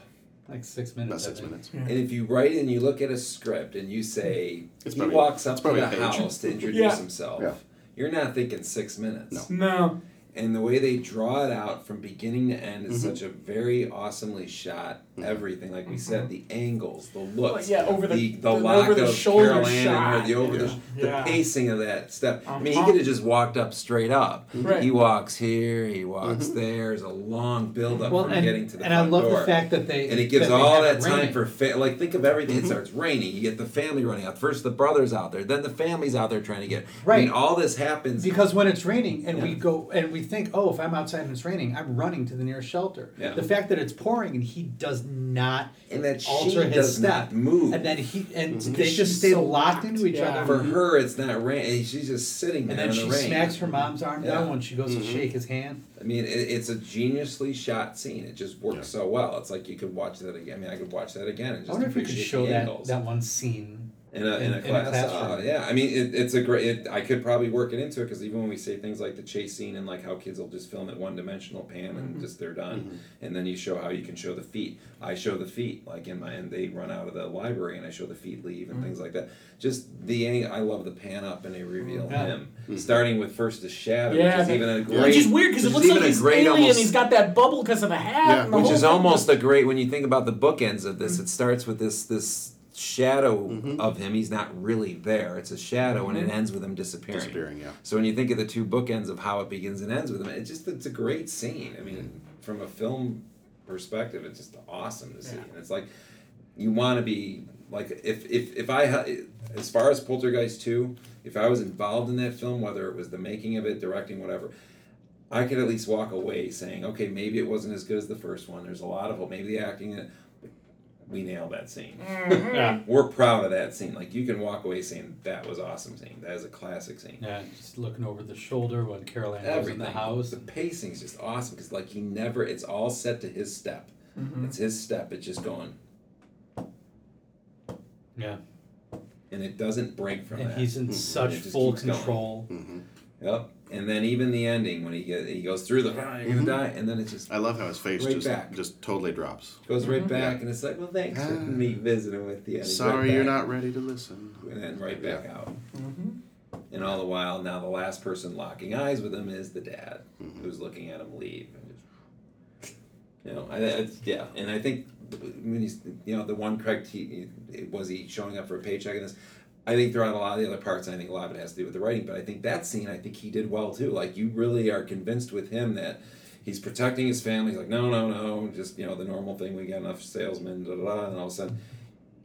Like six minutes. I think.
And if you write and you look at a script and you say
It's
he
probably-
walks
it's
up to
probably
the
a page.
house to introduce
Yeah.
himself,
Yeah.
you're not thinking six minutes.
No.
And the way they draw it out from beginning to end is
Mhm.
Mm-hmm.
such a very awesomely shot everything. Like we said, the angles, the looks,
yeah, over the-
the,
the
lock
over the
of
shoulder
Carol Ann and her-
shot.
the over the,
Yeah.
the
Yeah.
pacing of that stuff. I mean, he
Uh-huh.
could have just walked up straight up.
Right.
He walks here, he walks there. There's a long build up
Mm-hmm. Well,
from
and-
getting to the
and I
front
love the
door.
fact that they-
and it gives
that they
all
have
that
it
time
raining. Mm-hmm.
for fa- like think of everything. It starts raining. You get the family running out. First the brothers out there, then the family's out there trying to get. I mean,
Right.
all this happens
Because when it's raining and we go and we think, oh, if I'm outside and it's raining, I'm running to the nearest shelter.
Yeah.
The fact that it's pouring and he does not
and that she
alter his
does
step,
not move.
and then he and
Mhm.
they
She's
just stay
so
locked into each other.
For her, it's not rain. and She's just sitting there
Um, and then
in
she
the rain.
smacks her mom's arm
Yeah.
down when she goes
Mhm.
to shake his hand.
I mean, it, it's a geniusly shot scene. It just works so well. It's like you could watch that again. I mean, I could watch that again and
I
just
wonder if we could
appreciate
show
the
that
angles.
that one scene
in a, in a class. uh, yeah, I mean, it, it's a great. It, I could probably work it into it because even when we say things like the chase scene and like how kids will just film it one dimensional pan and
Mhm.
just they're done, and then you show how you can show the feet. I show the feet like in my and they run out of the library and I show the feet leave and
Mhm.
things like that. Just the ang- I love the pan up and they reveal
Yeah.
him starting with first the shadow,
yeah,
which is
that-
even a great,
which is weird because it
which
looks
is
like
even a
he's
great
alien.
almost-
He's got that bubble because of the hat. and the
which
whole
is
thing. Mm-hmm.
almost a great when you think about the bookends of this. It starts with this this shadow
Mm-hmm.
of him. He's not really there. It's a shadow, and
Mhm.
it ends with him disappearing.
Disappearing, yeah.
So when you think of the two bookends of how it begins and ends with him, it just it's a great scene. I mean,
Mm-hmm.
from a film perspective, it's just awesome to see, and it's like you want to be like if if if I ha- as far as Poltergeist two, if I was involved in that film, whether it was the making of it, directing, whatever. I could at least walk away saying, okay, maybe it wasn't as good as the first one. There's a lot of hope. Maybe the acting, but we nailed that scene.
Mm-hmm.
Mhm. Yeah.
We're proud of that scene. Like you can walk away saying that was awesome scene. That is a classic scene.
Yeah, just looking over the shoulder when Carol Ann was in
Everything.
the house.
The pacing is just awesome because like he never. It's all set to his step.
Mm-hmm.
Mhm.
It's his step. It's just going,
Yeah,
and it doesn't break from
and
that.
he's in
Mhm.
such
It just
full
keeps going.
control.
Yep. And then even the ending when he get, he goes through the "Ah, you're gonna
Mhm.
die, and then it just
I love how his face
Right
just
back.
just totally drops.
goes right
Mhm.
back,
Yeah.
and it's like, well, thanks for
Ah.
me visiting with you. And he's right
Sorry, you're
back.
not ready to listen.
and then right back out.
Mhm.
And all the while, now the last person locking eyes with him is the dad, who's looking at him leave. And just- you know, I, I- yeah, and I think when he's, you know, the one Craig T was he showing up for a paycheck in this. I think throughout a lot of the other parts, I think a lot of it has to do with the writing, but I think that scene, I think he did well too. Like you really are convinced with him that he's protecting his family. He's like, no, no, no, just you know the normal thing. We got enough salesmen, da da da, and all of a sudden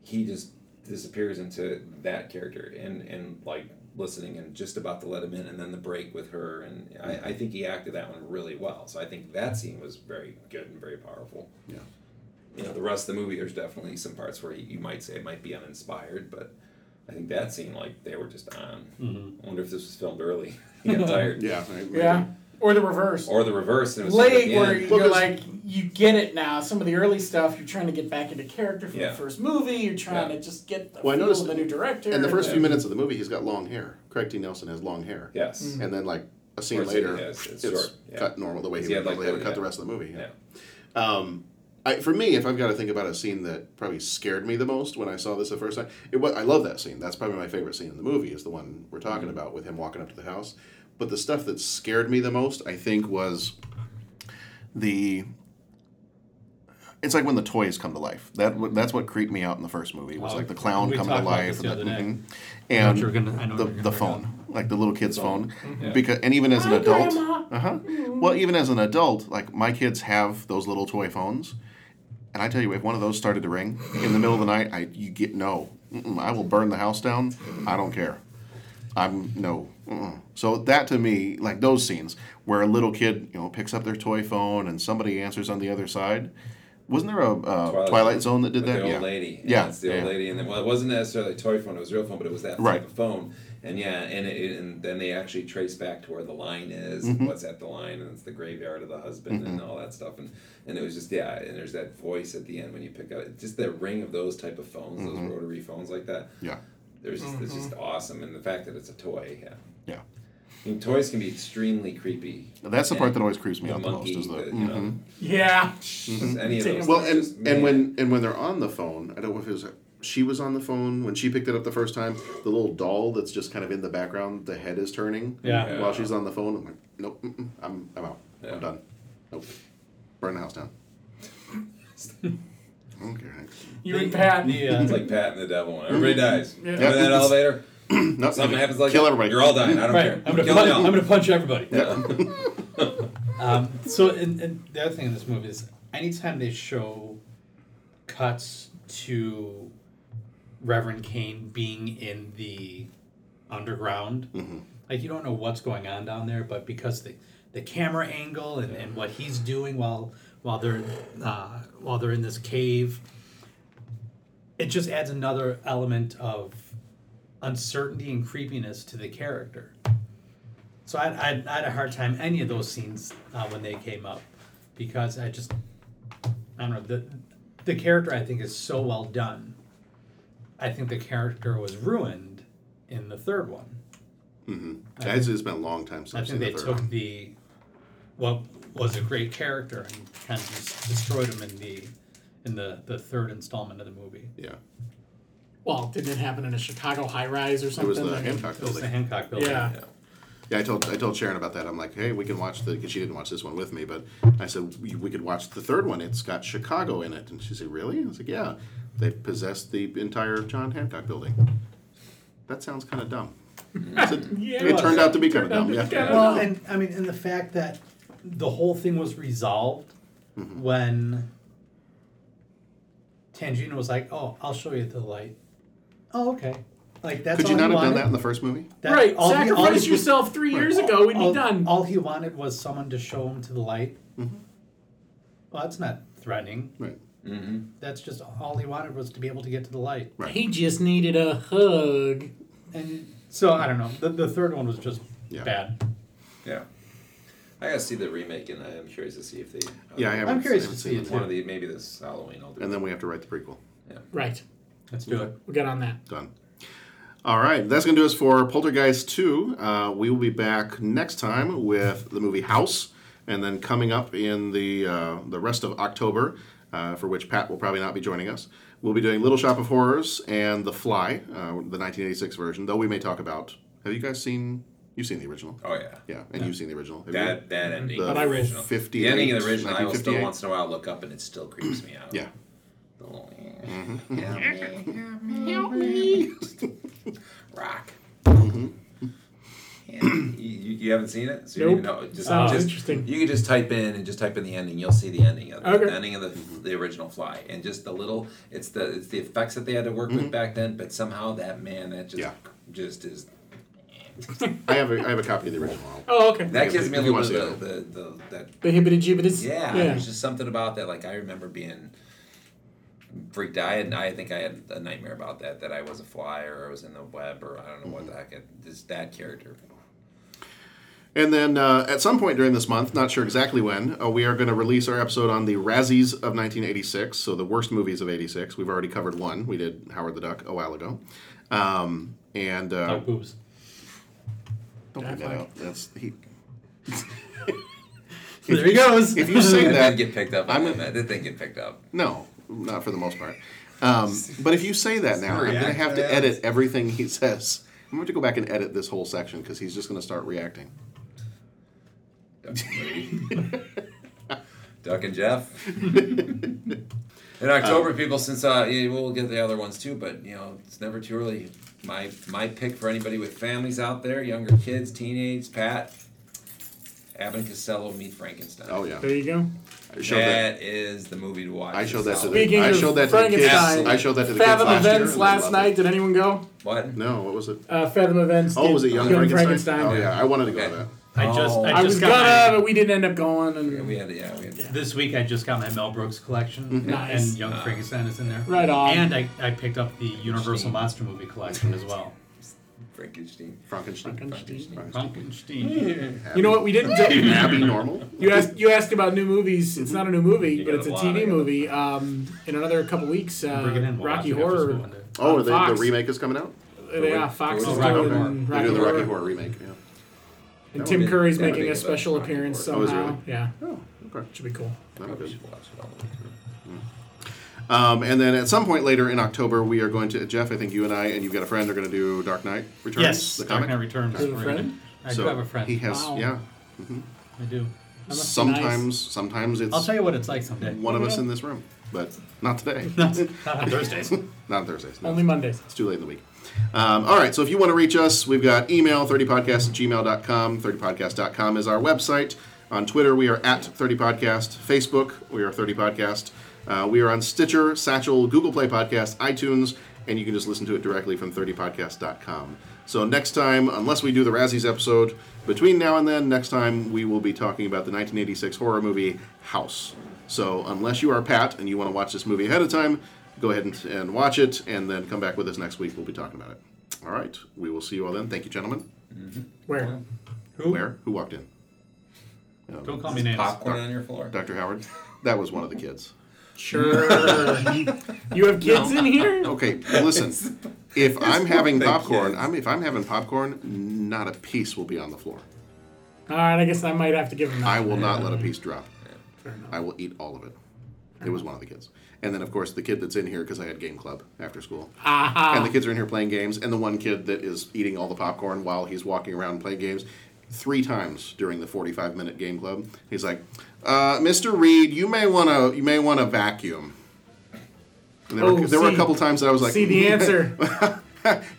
he just disappears into that character and and like listening and just about to let him in and then the break with her and I, I think he acted that one really well so i think that scene was very good and very powerful
Yeah.
you know the rest of the movie there's definitely some parts where you, you might say it might be uninspired but i think that scene like they were just on
Mhm.
i wonder if this was
[LAUGHS]
filmed early [LAUGHS] he got tired
Mm-hmm. Yeah,
Yeah, or the reverse.
or the reverse and it was sort of
late
the
where
end.
you're like you get it now. Some of the early stuff you're trying to get back into character from
Yeah.
the first movie. You're trying to just get the
Well, I
feel
noticed
of the new director.
In the first few
Yeah.
minutes of the movie, he's got long hair. Craig T. Nelson has long hair.
Yes.
Mhm.
Mm-hmm.
And then, like, a scene
Or it's-
later,
yes,
it's,
it's short, yeah.
cut normal the way
Because
he
he
would
had, like,
normally have it
the-
cut the
yeah.
rest of the movie. Yeah. Um, I, for me, if I've got to think about a scene that probably scared me the most when I saw this the first time, it was, I love that scene. That's probably my favorite scene in the movie is the one we're talking about with him walking up to the house. But the stuff that scared me the most, I think, was the. It's like when the toys come to life. That that's what creeped me out in the first movie was
Oh,
like the clown
we
coming to
talked about
life
this the
and,
other day.
mhm.
I know what
and
you were gonna- I know what
the,
you
the
were gonna bring
phone, like the little kid's phone,
Yeah.
because and even as an
Hi,
adult,
Grandma. Mm-hmm.
uh huh. Well, even as an adult, like my kids have those little toy phones, and I tell you, if one of those started to ring in the middle of the night, I you get no. Mm-mm, I will burn the house down. I don't care. I'm no. Mm-mm. So that to me, like those scenes where a little kid, you know, picks up their toy phone and somebody answers on the other side. Wasn't there a uh, Twilight, Zone that did
with
that?
The old
yeah.
lady. And
Yeah.
It's the old
yeah.
lady, and then well, it wasn't necessarily a toy phone; it was a real phone, but it was that
Right.
type of phone. And yeah, and it, and then they actually trace back to where the line is,
Mhm.
what's at the line, and it's the graveyard of the husband and
Mhm.
all that stuff. And and it was just yeah, and there's that voice at the end when you pick up it's just that ring of those type of phones,
Mhm.
those rotary phones like that.
Yeah.
There's just it's just awesome, and the fact that it's a toy. Yeah.
Yeah.
I mean, toys can be extremely creepy.
That's the part that always creeps
creeps
me out the most is the.
you know,
mhm.
Yeah.
Mhm.
Any of those
Well,
things, just,
and
man.
and when and when they're on the phone, I don't know if it was she was on the phone when she picked it up the first time. The little doll that's just kind of in the background, the head is turning.
Yeah.
While she's on the phone, I'm like, nope, mm-mm, I'm I'm out. I'm done. Nope. Burn the house
[LAUGHS]
down. okay.
You and uh,
[LAUGHS]
Pat.
Yeah, it's like Pat and the uh, Devil. Everybody dies.
Mm-hmm. Yeah.
Remember that elevator?
No,
Something happens like
kill
that,
everybody.
You're all dying. I don't
Right.
care.
I'm gonna
Kill
punch-
y'all.
I'm gonna punch everybody.
um, so, and, and the other thing in this movie is anytime they show cuts to Reverend Kane being in the underground, like you don't know what's going on down there, but because the the camera angle and, and what he's doing while while they're uh, while they're in this cave, it just adds another element of uncertainty and creepiness to the character. So I, I, I had a hard time any of those scenes uh, when they came up because I just I don't know the the character I think is so well done. I think the character was ruined in the third one.
Mm-hmm.
I
It's,
think-
it's been a long time since
I
I've
think
seen
they
the third
took
one.
the what was a great character and kind of just destroyed him in the in the the third installment of the movie.
Yeah,
Well, didn't it happen in a Chicago high rise or
It
something?
was the
I mean,
Hancock building.
Hancock
building. Yeah.
Yeah, I told I told Sharon about that. I'm like, hey, we can watch the because she didn't watch this one with me, but I said we, we could watch the third one. It's got Chicago in it, and she said, really? I was like, yeah. They possessed the entire John Hancock building. That sounds kind of dumb. I said, [LAUGHS]
Yeah,
it
it
turned
was.
out to be kind of dumb. Yeah.
Well, and I mean, and the fact that the whole thing was resolved
Mm-hmm.
when Tangina was like, "Oh, I'll show you the light." Oh, okay. Like that's
could you
all
not have done
he wanted.
that in the first movie?
Right,
he- he
sacrifice
was-
yourself three years ago, we'd be
all-
done.
All he wanted was someone to show him to the light.
Mm-hmm.
Well, that's not threatening.
Right.
Mm-hmm.
That's just all he wanted was to be able to get to the light.
Right.
He just needed a hug.
And so I don't know. The, the third one was just bad.
Yeah. I gotta see the remake, and I'm curious to see if they. uh,
Yeah, I haven't- I'm curious I haven't to seen see it, it.
One of the maybe this Halloween. I'll do
And then we have to write the prequel.
Right.
Let's do it.
We'll get on that.
Done. All right, that's going to do us for Poltergeist 2. Uh, we will be back next time with the movie House, and then coming up in the, uh, the rest of October, uh, for which Pat will probably not be joining us. We'll be doing Little Shop of Horrors and The Fly, uh, the 1986 version, though we may talk about. Have you guys seen. You've seen the original.
Oh, yeah.
Yeah, and you've seen the original. Have
that
you?
that ending.
The
But I original.
58,
The ending of the original. I will still
1958.
once in a while look up, and it still creeps me out.
Yeah.
The little-
Mhm.
[LAUGHS] Rock. Yeah, you, you you haven't seen it, so you don't
Nope.
even know. Just,
Sounds
just-
interesting.
You can just type in and just type in the ending. You'll see the ending of
Okay.
the ending of the, the original Fly, and just the little. It's the it's the effects that they had to work
Mm-hmm.
with back then, but somehow that man that just just is.
I have, a, I have a copy of the original.
Oh, okay.
That gives me a
If you
little
wanna
bit of
see
the, the, the that
The hibbity jibbities.
yeah,
Yeah.
there's just something about that. Like I remember being freaked out, and I think I had a nightmare about that. That I was a fly, or I was in the web, or I don't know what the heck. It, this that character.
And then uh, at some point during this month, not sure exactly when, uh, we are going to release our episode on the Razzies of 1986, so the worst movies of 86. We've already covered one. We did Howard the Duck a while ago. Um, and uh,
Duck boobs.
Don't bring that out. That's he. If
[LAUGHS] There he
you-
goes.
If you say
That
that,
[LAUGHS] did get picked up. I'm that. That did get picked [LAUGHS] up.
no, not for the most part. Um, but if you say that now, I'm
Sorry,
going to have to
yeah.
edit everything he says. I'm going to go back and edit this whole section because he's just going to start reacting.
Duck and [LAUGHS] Jeff. In October, people, since uh, yeah, we'll get the other ones too, but you know, it's never too early. My my pick for anybody with families out there, younger kids, teenage, Pat, Abbott Costello, Meet Frankenstein.
Oh yeah,
There you go.
I showed that-
that is the movie to watch.
I showed that to the,
Speaking
I
of
showed that to the kids.
Frankenstein,
I showed that to the
Fathom
kids last year.
Events
and they
last
loved it.
night. Did anyone go?
What?
No, what was it?
Uh, Fathom Events.
Oh,
did
was it Young, Frankenstein? Oh yeah, I wanted to go to that.
I just,
Oh.
I just
I, was
got
gonna,
my-
but we didn't end up going. And
we had, yeah, we had.
This week I just got my Mel Brooks collection,
Mhm. Nice.
and Young Frankenstein is in there.
Right on.
And I, I picked up the Universal Monster movie collection as well.
Frankenstein.
Frankenstein.
Frankenstein.
You know what? We didn't. do-
Abby Normal.
You asked. You asked about new movies.
Mm-hmm.
It's not a new movie,
You
but
got
it's
a
a
lot, I
TV
got
movie. Um, in another couple weeks,
Bring it
uh,
in, we'll
Rocky
watch it after
Horror.
school one day.
Oh,
on
are they,
Fox.
the remake is coming out.
Uh, Yeah, Fox is
Oh,
doing
Rocky
Rocky
Horror. They're
Rocky
doing the Rocky
Horror.
Horror remake. Yeah.
And
That
Tim
would've been-
Curry's
that would've
making
been
a
good.
special appearance
Oh, is it
somehow.
really?
Yeah.
okay.
Should be cool.
That'd be good.
Watch it all the way through.
Um, and then at some point later in October, we are going to Jeff. I think you and I and you've got a friend are going to do Dark Knight Returns.
Yes,
the
Dark
comic.
Knight Returns.
Do you have a friend?
I
so
do have a friend.
He has,
Wow.
yeah. hmm
I do.
Sometimes, sometimes it's
I'll tell you what it's like someday.
one of us in this room, but not today.
[LAUGHS] Not- [LAUGHS] not
[LAUGHS]
on Thursdays.
not on
[LAUGHS]
Thursdays. no.
Only Mondays.
It's too late in the week. Um, all right, so if you want to reach us, we've got email 30podcast at gmail.com. 30podcast.com is our website. On Twitter, we are at 30podcast. Facebook, we are 30podcast. Uh, we are on Stitcher, Satchel, Google Play Podcast, iTunes, and you can just listen to it directly from 30podcast.com. So next time, unless we do the Razzies episode, between now and then, next time we will be talking about the 1986 horror movie House. So unless you are Pat and you want to watch this movie ahead of time, go ahead and, and watch it and then come back with us next week. We'll be talking about it. All right. We will see you all then. Thank you, gentlemen. [LAUGHS]
Where?
Who? Where? Who walked in? Um,
Don't call me names.
Popcorn on your floor.
Dr. Howard? That was one of the kids.
Sure. you have kids in here?
Okay, listen. If I'm having popcorn, I'm, if I'm having popcorn, not a piece will be on the floor.
All right. I guess I might have to give him that.
I will not let a piece drop.
Fair enough.
I will eat all of it. It was one of the kids. And then, of course, the kid that's in here because I had game club after school.
Aha.
And the kids are in here playing games, and the one kid that is eating all the popcorn while he's walking around playing games three times during the 45 minute game club. He's like, uh, Mr. Reed, you may want to you may want to vacuum. And there,
Oh,
were, there were a
see.
couple times that I was like, "Mm, [LAUGHS]
See the answer.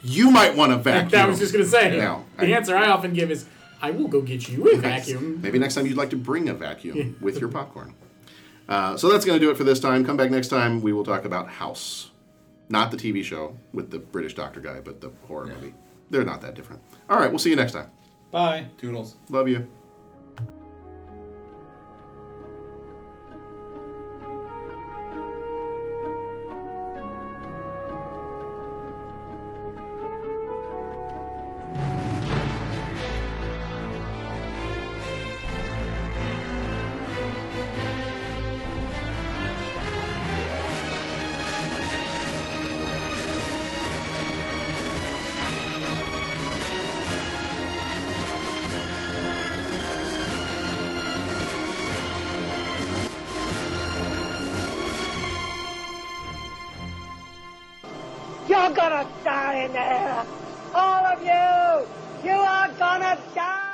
you might want to vacuum.
[LAUGHS] I was just gonna say.
No,
the answer I often give is, "I will go get you a vacuum."
Maybe next time you'd like to bring a vacuum with your popcorn. Uh, so that's going to do it for this time. Come back next time. We will talk about House. Not the TV show with the British doctor guy, but the horror movie. They're not that different. All right, we'll see you next time.
Bye.
Toodles.
Love you.
You're gonna die in there! All of you! You are gonna die!